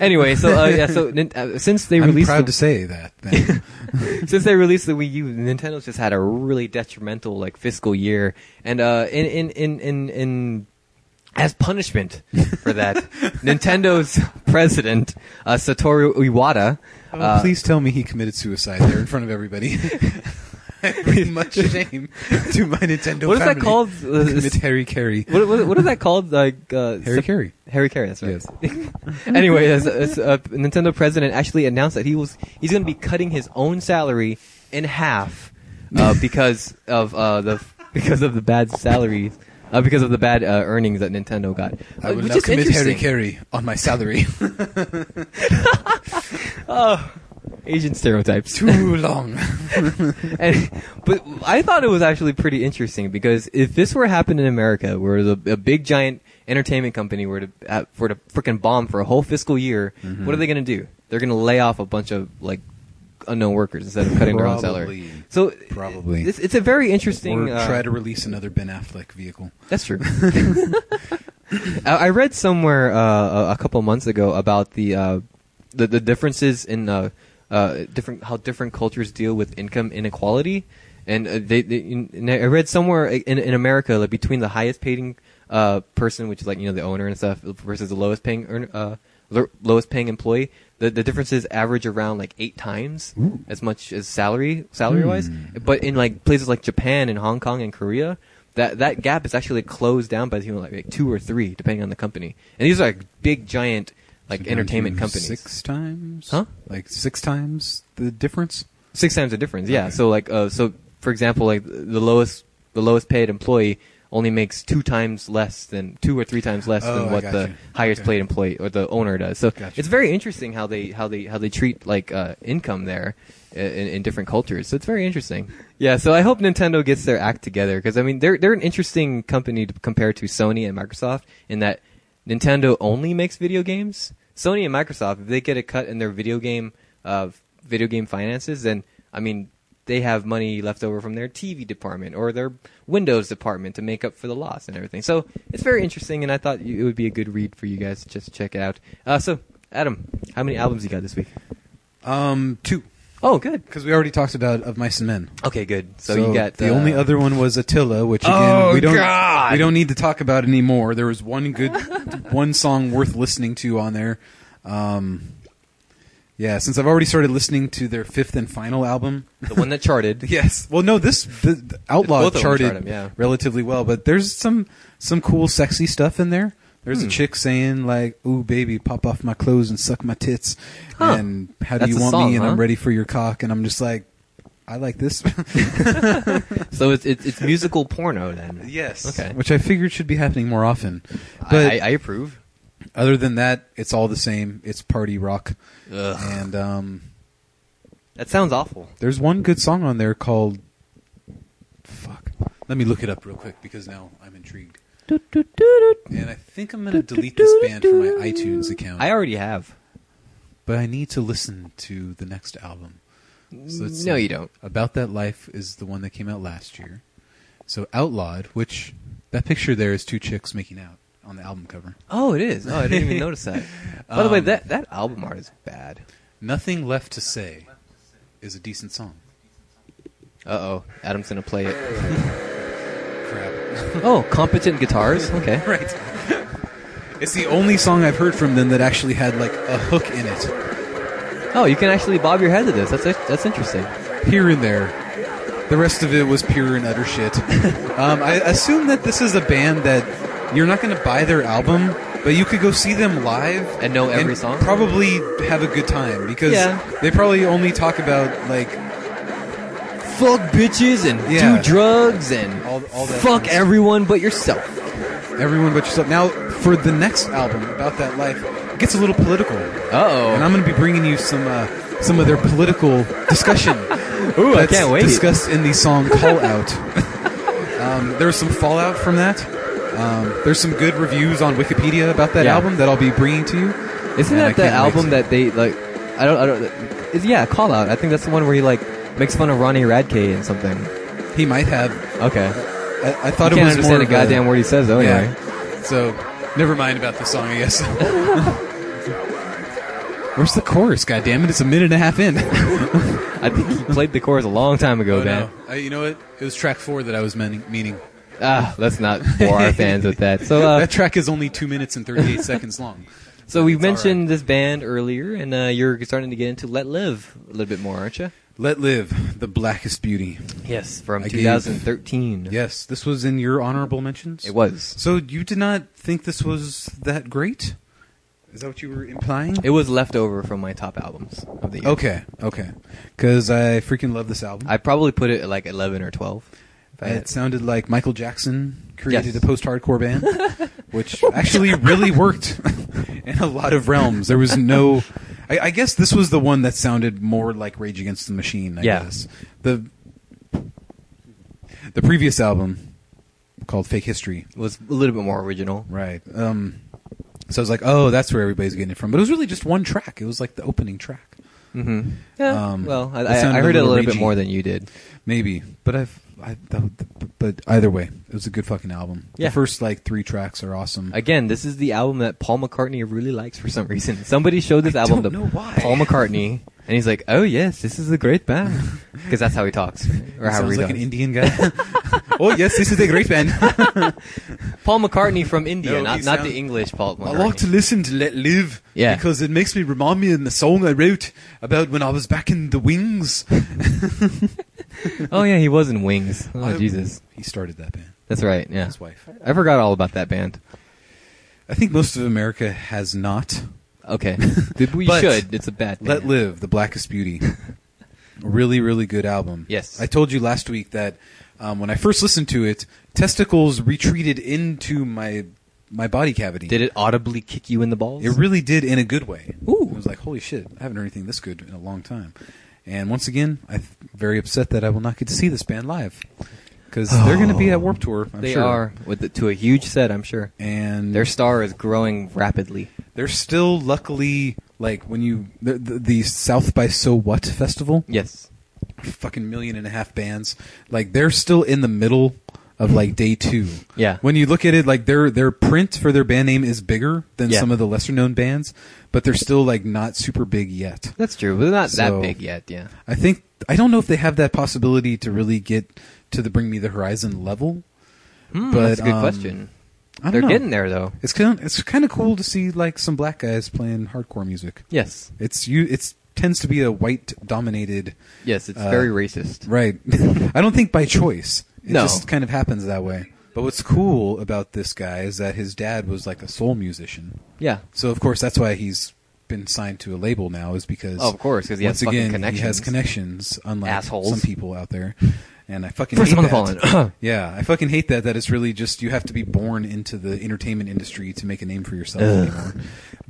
[SPEAKER 2] Anyway, so uh, yeah, so *laughs* nin- uh, since they
[SPEAKER 1] I'm
[SPEAKER 2] released
[SPEAKER 1] proud
[SPEAKER 2] the-
[SPEAKER 1] to say that.
[SPEAKER 2] *laughs*
[SPEAKER 1] Then.
[SPEAKER 2] since they released the Wii U, Nintendo's just had a really detrimental like fiscal year, and uh, in in in in in as punishment for that, Nintendo's president uh, Satoru Iwata.
[SPEAKER 1] Oh,
[SPEAKER 2] uh, *laughs*
[SPEAKER 1] please *laughs* tell me he committed suicide there in front of everybody. *laughs* I bring
[SPEAKER 2] *laughs*
[SPEAKER 1] much shame to my Nintendo.
[SPEAKER 2] What is that
[SPEAKER 1] family. *laughs*
[SPEAKER 2] called? Uh,
[SPEAKER 1] Commit Harry Carey.
[SPEAKER 2] What, what, what is that called? Like uh,
[SPEAKER 1] Harry
[SPEAKER 2] Sep-
[SPEAKER 1] Carey.
[SPEAKER 2] Harry Carey. That's right. *laughs* anyway, as, as, uh, Nintendo president actually announced that he was he's going to be cutting his own salary in half
[SPEAKER 1] *laughs*
[SPEAKER 2] uh, because of uh, the because of the bad salaries. Uh, because of the bad uh, earnings that Nintendo got,
[SPEAKER 1] I
[SPEAKER 2] Uh,
[SPEAKER 1] will
[SPEAKER 2] which
[SPEAKER 1] now
[SPEAKER 2] is
[SPEAKER 1] commit Harry
[SPEAKER 2] interesting.
[SPEAKER 1] Carey on my
[SPEAKER 2] *laughs*
[SPEAKER 1] salary. *laughs*
[SPEAKER 2] Asian stereotypes.
[SPEAKER 1] Too long.
[SPEAKER 2] *laughs* and, but I thought it was actually pretty interesting because if this were to happen in America, where the, a big giant entertainment company were to uh, were to freaking bomb for a whole fiscal year,
[SPEAKER 1] Mm-hmm.
[SPEAKER 2] what are they going to do? They're going to lay off a bunch of like unknown workers instead of cutting their own
[SPEAKER 1] Probably.
[SPEAKER 2] salary. So
[SPEAKER 1] Probably.
[SPEAKER 2] it's, it's a very
[SPEAKER 1] or
[SPEAKER 2] interesting. uh,
[SPEAKER 1] try to release another Ben Affleck vehicle.
[SPEAKER 2] that's true. I I read somewhere uh, a- a couple months ago about the uh, the, the differences in uh, uh, different how different cultures deal with income inequality, and uh, they, they in, in- I read somewhere uh, in, in America like between the highest paying uh, person, which is like you know the owner and stuff, versus the lowest paying earn, uh, lo- lowest paying employee. The, the differences average around like eight times as much as salary salary wise,
[SPEAKER 1] Hmm.
[SPEAKER 2] but in like places like Japan and Hong Kong and Korea, that that gap is actually closed down by you know, like, like two or three, depending on the company. And these are like big, giant, like
[SPEAKER 1] So down
[SPEAKER 2] entertainment
[SPEAKER 1] to
[SPEAKER 2] companies. Six?
[SPEAKER 1] Six times?
[SPEAKER 2] Huh?
[SPEAKER 1] Like six times the difference?
[SPEAKER 2] times the difference. Yeah.
[SPEAKER 1] Okay.
[SPEAKER 2] So like, uh, so for example, like the lowest, the lowest paid employee only makes two times less than two or three times less
[SPEAKER 1] Oh,
[SPEAKER 2] than
[SPEAKER 1] I
[SPEAKER 2] what
[SPEAKER 1] got
[SPEAKER 2] the
[SPEAKER 1] you.
[SPEAKER 2] highest
[SPEAKER 1] Okay.
[SPEAKER 2] paid employee or the owner does. So
[SPEAKER 1] Gotcha.
[SPEAKER 2] it's very interesting how they how they how they treat like uh, income there i- in, in different cultures. So it's very interesting. Yeah. So I hope Nintendo gets their act together because I mean they're they're an interesting company to compare to Sony and Microsoft in that Nintendo only makes video games. Sony and Microsoft, if they get a cut in their video game uh, video game finances, then I mean they have money left over from their TV department or their Windows department to make up for the loss and everything. So it's very interesting, and I thought you- it would be a good read for you guys to just check it out. Uh, so, Adam, how many albums you got this week?
[SPEAKER 1] Um, two.
[SPEAKER 2] Oh, good.
[SPEAKER 1] Because we already talked about Of Mice and Men.
[SPEAKER 2] Okay, good. So, you got
[SPEAKER 1] the
[SPEAKER 2] uh,
[SPEAKER 1] only other one was Attila, which again
[SPEAKER 2] Oh,
[SPEAKER 1] we don't
[SPEAKER 2] God.
[SPEAKER 1] we don't need to talk about anymore. There was one
[SPEAKER 2] *laughs*
[SPEAKER 1] good one song worth listening to on there. Um, yeah, since I've already started listening to their fifth and final
[SPEAKER 2] *laughs*
[SPEAKER 1] album.
[SPEAKER 2] the one that charted.
[SPEAKER 1] Yes, well, no, this the, the
[SPEAKER 2] Both
[SPEAKER 1] Outlaw
[SPEAKER 2] of them
[SPEAKER 1] charted
[SPEAKER 2] chart 'em, yeah.
[SPEAKER 1] relatively well, but there's some some cool sexy stuff in there. There's
[SPEAKER 2] Hmm.
[SPEAKER 1] a chick saying like, "Ooh, baby, pop off my clothes and suck my tits,"
[SPEAKER 2] Huh.
[SPEAKER 1] and "How
[SPEAKER 2] That's
[SPEAKER 1] do you
[SPEAKER 2] a
[SPEAKER 1] want
[SPEAKER 2] song,
[SPEAKER 1] me?" and
[SPEAKER 2] huh?
[SPEAKER 1] "I'm ready for your cock," and I'm just like, "I like this." *laughs*
[SPEAKER 2] so it's, it's it's musical porno *laughs* then.
[SPEAKER 1] Yes.
[SPEAKER 2] Okay.
[SPEAKER 1] Which I figured should be happening more often. But
[SPEAKER 2] I, I approve.
[SPEAKER 1] other than that, it's all the same. It's party rock.
[SPEAKER 2] Ugh.
[SPEAKER 1] And um,
[SPEAKER 2] That sounds awful.
[SPEAKER 1] there's one good song on there called Fuck. Let me look it up real quick because now I'm intrigued.
[SPEAKER 2] Doot, doot, doot, doot.
[SPEAKER 1] And I think I'm going to delete this band from my iTunes account.
[SPEAKER 2] I already have.
[SPEAKER 1] but I need to listen to the next album. So let's
[SPEAKER 2] No,
[SPEAKER 1] see.
[SPEAKER 2] you don't.
[SPEAKER 1] About That Life is the one that came out last year. So Outlawed, which that picture there is two chicks making out on the album cover.
[SPEAKER 2] Oh, it is. Oh, I didn't *laughs* even notice that. Um, By the way, that that album art is bad.
[SPEAKER 1] Nothing Left to Say is a decent song.
[SPEAKER 2] Uh oh, Adam's gonna play it.
[SPEAKER 1] Crap.
[SPEAKER 2] *laughs* Oh, competent guitars. Okay.
[SPEAKER 1] *laughs* right. It's the only song I've heard from them that actually had like a hook in it.
[SPEAKER 2] Oh, you can actually bob your head to this. That's that's interesting.
[SPEAKER 1] Here and there. The rest of it was pure and utter
[SPEAKER 2] *laughs*
[SPEAKER 1] shit. um, I assume that this is a band that you're not going to buy their album, but you could go see them live
[SPEAKER 2] And know every song?
[SPEAKER 1] Probably have a good time because
[SPEAKER 2] Yeah.
[SPEAKER 1] they probably only talk about like
[SPEAKER 2] Fuck bitches and
[SPEAKER 1] Yeah.
[SPEAKER 2] do drugs and
[SPEAKER 1] All- all that
[SPEAKER 2] fuck
[SPEAKER 1] things.
[SPEAKER 2] everyone but yourself.
[SPEAKER 1] everyone but yourself. Now for the next album about that life it gets a little political,
[SPEAKER 2] Uh
[SPEAKER 1] and
[SPEAKER 2] oh.
[SPEAKER 1] I'm going to be bringing you some uh, some of their political discussion.
[SPEAKER 2] *laughs* Ooh, I
[SPEAKER 1] that's
[SPEAKER 2] can't wait.
[SPEAKER 1] discussed in the song Call Out. um, there was some fallout from that. Um, there's some good reviews on Wikipedia about that
[SPEAKER 2] Yeah.
[SPEAKER 1] album that I'll be bringing to you.
[SPEAKER 2] Isn't
[SPEAKER 1] Man, I
[SPEAKER 2] that the
[SPEAKER 1] can't wait.
[SPEAKER 2] album that they like? I don't. I don't. Is, yeah, call out. I think that's the one where he like makes fun of Ronnie Radke and something.
[SPEAKER 1] He might have.
[SPEAKER 2] Okay.
[SPEAKER 1] I, I thought
[SPEAKER 2] I
[SPEAKER 1] it
[SPEAKER 2] can't
[SPEAKER 1] was more
[SPEAKER 2] understand a
[SPEAKER 1] of
[SPEAKER 2] goddamn word he says though.
[SPEAKER 1] yeah.
[SPEAKER 2] Anyway.
[SPEAKER 1] So never mind about the song. I
[SPEAKER 2] *laughs*
[SPEAKER 1] guess. Where's the chorus? God damn it! It's a minute and a half
[SPEAKER 2] *laughs*
[SPEAKER 1] in.
[SPEAKER 2] I think he played the chorus a long time ago,
[SPEAKER 1] Oh,
[SPEAKER 2] man.
[SPEAKER 1] no. Uh, you know what? It was track four that I was meaning. meaning.
[SPEAKER 2] Ah, let's not
[SPEAKER 1] *laughs*
[SPEAKER 2] bore our fans with that. So, uh,
[SPEAKER 1] that track is only two minutes and 38 seconds long.
[SPEAKER 2] so we
[SPEAKER 1] It's all
[SPEAKER 2] mentioned this band earlier, and uh, you're starting to get into Let Live a little bit more, aren't you?
[SPEAKER 1] Let Live, The Blackest Beauty.
[SPEAKER 2] Yes, from
[SPEAKER 1] I gave-
[SPEAKER 2] 2013.
[SPEAKER 1] Yes, this was in your honorable mentions?
[SPEAKER 2] It was.
[SPEAKER 1] So you did not think this was that great? Is that what you were implying?
[SPEAKER 2] It was left over from my top albums of the year.
[SPEAKER 1] okay, okay. Because I freaking love this album.
[SPEAKER 2] I probably put it at like 11 or 12. if I had-
[SPEAKER 1] it sounded like Michael Jackson created
[SPEAKER 2] Yes.
[SPEAKER 1] a post-hardcore
[SPEAKER 2] *laughs*
[SPEAKER 1] band, which actually really worked *laughs* in a lot of realms. There was no, I, I guess this was the one that sounded more like Rage Against the Machine. I
[SPEAKER 2] Yeah.
[SPEAKER 1] guess the the previous album called Fake History,
[SPEAKER 2] was a little bit more original.
[SPEAKER 1] right? Um, so I was like, oh, that's where everybody's getting it from. But it was really just one track. It was like the opening track,
[SPEAKER 2] Mm-hmm. Yeah.
[SPEAKER 1] Um,
[SPEAKER 2] well, I,
[SPEAKER 1] it
[SPEAKER 2] I, I
[SPEAKER 1] sounded
[SPEAKER 2] heard
[SPEAKER 1] a
[SPEAKER 2] it a
[SPEAKER 1] little
[SPEAKER 2] little bit
[SPEAKER 1] ragey.
[SPEAKER 2] more than you did.
[SPEAKER 1] maybe. But I've. I, that- but either way, it was a good fucking album.
[SPEAKER 2] Yeah.
[SPEAKER 1] The first like three tracks are awesome.
[SPEAKER 2] Again, this is the album that Paul McCartney really likes for some reason. Somebody showed this
[SPEAKER 1] I
[SPEAKER 2] album
[SPEAKER 1] don't
[SPEAKER 2] to
[SPEAKER 1] know why.
[SPEAKER 2] Paul McCartney, and he's like, "Oh yes, this is a great band,"
[SPEAKER 1] *laughs*
[SPEAKER 2] because that's how he talks, or how he
[SPEAKER 1] sounds like
[SPEAKER 2] does.
[SPEAKER 1] an Indian
[SPEAKER 2] *laughs*
[SPEAKER 1] guy. oh yes, this is a great band.
[SPEAKER 2] Paul McCartney from
[SPEAKER 1] *laughs*
[SPEAKER 2] India,
[SPEAKER 1] No, he
[SPEAKER 2] not, not
[SPEAKER 1] sound-
[SPEAKER 2] the English Paul
[SPEAKER 1] I
[SPEAKER 2] McCartney.
[SPEAKER 1] like to listen to Let Live
[SPEAKER 2] Yeah.
[SPEAKER 1] because it makes me remind me of the song I wrote about when I was back in the wings.
[SPEAKER 2] oh yeah, he was in Wings. Oh
[SPEAKER 1] I-
[SPEAKER 2] Jesus,
[SPEAKER 1] Um, He started that band.
[SPEAKER 2] that's right. Yeah,
[SPEAKER 1] His wife.
[SPEAKER 2] I forgot all about that band.
[SPEAKER 1] I think most of America has not. *laughs*
[SPEAKER 2] Okay, Did- we
[SPEAKER 1] But-
[SPEAKER 2] should. It's a bad. Band.
[SPEAKER 1] Let Live, The Blackest
[SPEAKER 2] *laughs*
[SPEAKER 1] Beauty. really, really good album.
[SPEAKER 2] Yes.
[SPEAKER 1] I told you last week that um, when I first listened to it, testicles retreated into my my body cavity.
[SPEAKER 2] Did it audibly kick you in the balls?
[SPEAKER 1] It really did in a good way.
[SPEAKER 2] Ooh.
[SPEAKER 1] I was like, holy shit, I haven't heard anything this good in a long time. And once again, I'm very upset that I will not get to see this band live because they're going to be at Warp Tour. I'm
[SPEAKER 2] they
[SPEAKER 1] sure.
[SPEAKER 2] are with the, to a huge set. I'm sure
[SPEAKER 1] and
[SPEAKER 2] their
[SPEAKER 1] they're
[SPEAKER 2] star is growing rapidly.
[SPEAKER 1] they're still luckily like when you the, the, the South by So What festival,
[SPEAKER 2] Yes.
[SPEAKER 1] fucking million and a half bands, like they're still in the middle of like day two.
[SPEAKER 2] Yeah.
[SPEAKER 1] When you look at it, like their their print for their band name is bigger than
[SPEAKER 2] Yeah.
[SPEAKER 1] some of the lesser known bands, but they're still like not super big yet.
[SPEAKER 2] That's true, but they're not that
[SPEAKER 1] So-
[SPEAKER 2] big yet. Yeah.
[SPEAKER 1] I think I don't know if they have that possibility to really get to the Bring Me the Horizon level.
[SPEAKER 2] Hmm,
[SPEAKER 1] But,
[SPEAKER 2] that's a good
[SPEAKER 1] um,
[SPEAKER 2] question.
[SPEAKER 1] I don't
[SPEAKER 2] They're
[SPEAKER 1] know.
[SPEAKER 2] getting there though.
[SPEAKER 1] It's kind of, it's kind of cool to see like some black guys playing hardcore music.
[SPEAKER 2] Yes.
[SPEAKER 1] It's you it's tends to be a white dominated
[SPEAKER 2] Yes, it's
[SPEAKER 1] Uh,
[SPEAKER 2] very racist.
[SPEAKER 1] right. *laughs* I don't think by choice. It
[SPEAKER 2] No.
[SPEAKER 1] just kind of happens that way. But what's cool about this guy is that his dad was like a soul musician.
[SPEAKER 2] Yeah.
[SPEAKER 1] So of course that's why he's been signed to a label now is because
[SPEAKER 2] Oh, of course, 'cause he has
[SPEAKER 1] once
[SPEAKER 2] fucking
[SPEAKER 1] again he
[SPEAKER 2] connections.
[SPEAKER 1] has connections unlike
[SPEAKER 2] Assholes.
[SPEAKER 1] some people out there and I fucking
[SPEAKER 2] First
[SPEAKER 1] hate
[SPEAKER 2] one on
[SPEAKER 1] that.
[SPEAKER 2] *clears throat* the phone.
[SPEAKER 1] yeah I fucking hate that that it's really just you have to be born into the entertainment industry to make a name for yourself
[SPEAKER 2] Ugh.
[SPEAKER 1] anymore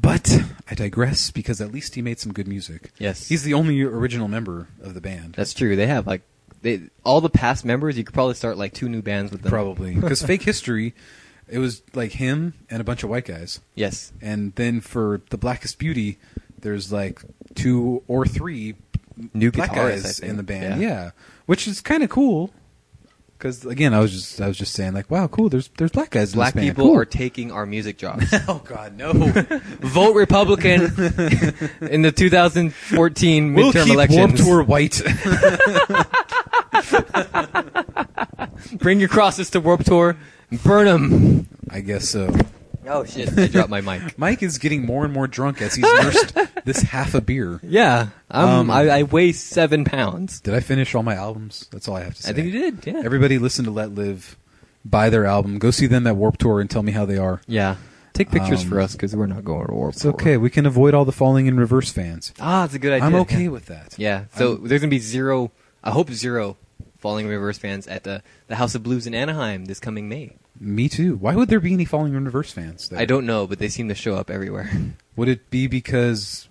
[SPEAKER 1] but I digress because at least he made some good music
[SPEAKER 2] Yes.
[SPEAKER 1] he's the only original member of the band
[SPEAKER 2] That's true. They have like they all the past members. You could probably start like two new bands with them.
[SPEAKER 1] Probably because
[SPEAKER 2] *laughs*
[SPEAKER 1] Fake History, it was like him and a bunch of white guys,
[SPEAKER 2] Yes.
[SPEAKER 1] and then for the Blackest Beauty, there's like two or three
[SPEAKER 2] New
[SPEAKER 1] black
[SPEAKER 2] guitarists, I
[SPEAKER 1] guys
[SPEAKER 2] think.
[SPEAKER 1] in the band. Yeah, which is kind of cool. Because again, I was just I was just saying like, wow, cool. There's there's black guys.
[SPEAKER 2] Black
[SPEAKER 1] in this band.
[SPEAKER 2] people
[SPEAKER 1] Cool.
[SPEAKER 2] are taking our
[SPEAKER 1] *laughs*
[SPEAKER 2] music *laughs* jobs.
[SPEAKER 1] oh God, no.
[SPEAKER 2] Vote
[SPEAKER 1] *laughs*
[SPEAKER 2] Republican in the 2014
[SPEAKER 1] we'll
[SPEAKER 2] midterm
[SPEAKER 1] keep Warped
[SPEAKER 2] elections.
[SPEAKER 1] Tour white.
[SPEAKER 2] Bring your crosses to Warp Tour. and Burn them.
[SPEAKER 1] *laughs* I guess so.
[SPEAKER 2] Oh shit! I dropped
[SPEAKER 1] *laughs*
[SPEAKER 2] my mic.
[SPEAKER 1] Mike is getting more and more drunk as he's nursed this half a beer.
[SPEAKER 2] Yeah, I'm,
[SPEAKER 1] Um,
[SPEAKER 2] I, I weigh seven pounds.
[SPEAKER 1] Did I finish all my albums? That's all I have to say.
[SPEAKER 2] I think you did. Yeah.
[SPEAKER 1] Everybody listen to Let Live, buy their album, go see them at Warp Tour, and tell me how they are.
[SPEAKER 2] yeah. Take pictures
[SPEAKER 1] Um,
[SPEAKER 2] for us because we're not going to Warp
[SPEAKER 1] It's
[SPEAKER 2] Tour.
[SPEAKER 1] okay. We can avoid all the falling in reverse fans.
[SPEAKER 2] Ah, it's a good idea.
[SPEAKER 1] I'm okay
[SPEAKER 2] Yeah.
[SPEAKER 1] with that.
[SPEAKER 2] Yeah. So
[SPEAKER 1] I'm-
[SPEAKER 2] there's gonna be zero. I hope zero Falling Reverse fans at the the House of Blues in Anaheim this coming May.
[SPEAKER 1] me too. Why would there be any falling in reverse fans? There?
[SPEAKER 2] I don't know, but they seem to show up everywhere.
[SPEAKER 1] Would it be because?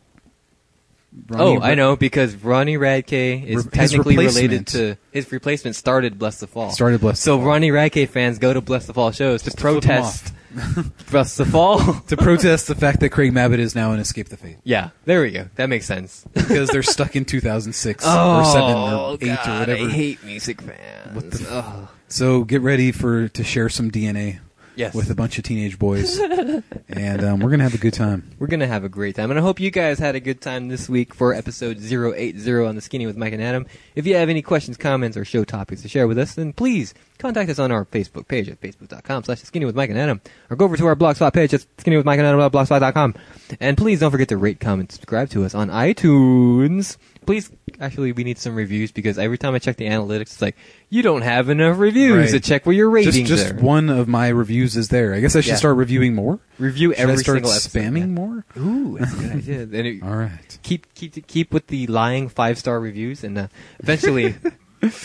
[SPEAKER 1] Ronnie
[SPEAKER 2] oh, I know because Ronnie Radke
[SPEAKER 1] Re-
[SPEAKER 2] is
[SPEAKER 1] his
[SPEAKER 2] technically related
[SPEAKER 1] replacement.
[SPEAKER 2] to his replacement started Bless the Fall.
[SPEAKER 1] Started Bless the
[SPEAKER 2] So
[SPEAKER 1] Fall.
[SPEAKER 2] Ronnie Radke fans go to Bless the Fall shows to
[SPEAKER 1] flip 'em
[SPEAKER 2] protest
[SPEAKER 1] *laughs*
[SPEAKER 2] *laughs* Bless the Fall.
[SPEAKER 1] To protest the fact that Craig Mabbitt is now in Escape the Fate
[SPEAKER 2] yeah, there we go. That makes sense.
[SPEAKER 1] because they're stuck in
[SPEAKER 2] *laughs*
[SPEAKER 1] 2006 or seven
[SPEAKER 2] oh,
[SPEAKER 1] or eight
[SPEAKER 2] God,
[SPEAKER 1] or whatever.
[SPEAKER 2] I hate music fans. What the
[SPEAKER 1] So get ready for to share some DNA
[SPEAKER 2] Yes.
[SPEAKER 1] with a bunch of teenage
[SPEAKER 2] *laughs*
[SPEAKER 1] boys, and um, we're gonna have a good time.
[SPEAKER 2] We're gonna have a great time, and I hope you guys had a good time this week for episode 080 on the Skinny with Mike and Adam. If you have any questions, comments, or show topics to share with us, then please contact us on our Facebook page at facebook.com/slash Skinny with Mike and Adam, or go over to our blogspot page at Skinny with Mike and Adam And please don't forget to rate, comment, subscribe to us on iTunes. Please, actually, we need some reviews because every time I check the analytics, it's like you don't have enough reviews
[SPEAKER 1] Right.
[SPEAKER 2] to check where your ratings
[SPEAKER 1] Just just
[SPEAKER 2] are.
[SPEAKER 1] one of my reviews is there. I guess I should
[SPEAKER 2] Yeah.
[SPEAKER 1] start reviewing more.
[SPEAKER 2] Review
[SPEAKER 1] Should
[SPEAKER 2] every
[SPEAKER 1] I start
[SPEAKER 2] single episode,
[SPEAKER 1] spamming
[SPEAKER 2] yeah.
[SPEAKER 1] more.
[SPEAKER 2] Ooh, *laughs* that's a good idea. Then it-
[SPEAKER 1] All right.
[SPEAKER 2] keep keep keep with the lying five star reviews, and uh,
[SPEAKER 1] *laughs*
[SPEAKER 2] eventually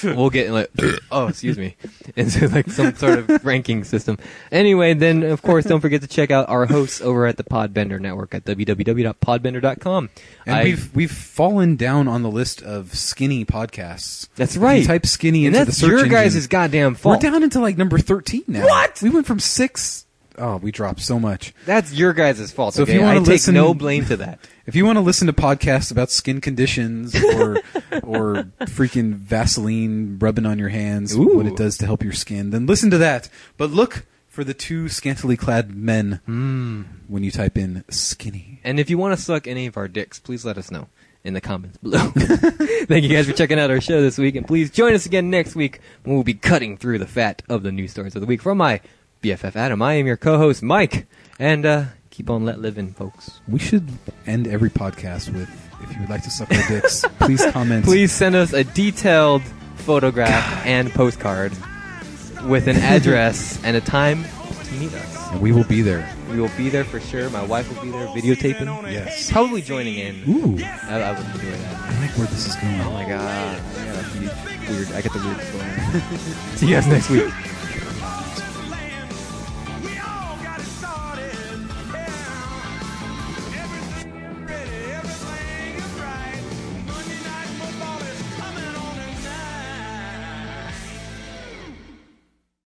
[SPEAKER 2] we'll get like *clears throat* oh excuse me *laughs* into like some sort of ranking system. Anyway, then of course don't forget to check out our hosts over at the Podbender Network at www.podbender.com.
[SPEAKER 1] And
[SPEAKER 2] I-
[SPEAKER 1] we've we've fallen down on the list of skinny podcasts. If
[SPEAKER 2] that's
[SPEAKER 1] you
[SPEAKER 2] right.
[SPEAKER 1] type skinny
[SPEAKER 2] and
[SPEAKER 1] into
[SPEAKER 2] that's
[SPEAKER 1] the search
[SPEAKER 2] your guys'
[SPEAKER 1] engine,
[SPEAKER 2] goddamn
[SPEAKER 1] We're
[SPEAKER 2] fault.
[SPEAKER 1] down into like number thirteen now.
[SPEAKER 2] What?
[SPEAKER 1] We went from six oh we dropped so much.
[SPEAKER 2] That's your guys' fault.
[SPEAKER 1] So if
[SPEAKER 2] okay?
[SPEAKER 1] you
[SPEAKER 2] I
[SPEAKER 1] wanna
[SPEAKER 2] take
[SPEAKER 1] listen-
[SPEAKER 2] no blame to that.
[SPEAKER 1] If you want to listen to podcasts about skin conditions
[SPEAKER 2] *laughs*
[SPEAKER 1] or or freaking Vaseline rubbing on your hands,
[SPEAKER 2] Ooh.
[SPEAKER 1] what it does to help your skin, then listen to that. But look for the two scantily clad men
[SPEAKER 2] Hmm.
[SPEAKER 1] when you type in skinny.
[SPEAKER 2] And if you want to suck any of our dicks, please let us know in the comments below. *laughs* Thank you guys for checking out our show this week, and please join us again next week when we'll be cutting through the fat of the news stories of the week. From my BFF Adam, I am your co-host Mike, and uh, keep on let living, folks.
[SPEAKER 1] We should end every podcast with if you would like to suck our
[SPEAKER 2] *laughs*
[SPEAKER 1] dicks, please comment.
[SPEAKER 2] Please send us a detailed photograph and postcard with an address and a time to meet us.
[SPEAKER 1] And we will be there.
[SPEAKER 2] We will be there for sure. My wife will be there videotaping.
[SPEAKER 1] Yes.
[SPEAKER 2] Probably joining in.
[SPEAKER 1] Ooh,
[SPEAKER 2] I, I would enjoy that.
[SPEAKER 1] I like where this is going.
[SPEAKER 2] Oh my god. I got a huge- weird. I get the weird feeling. See you guys next week.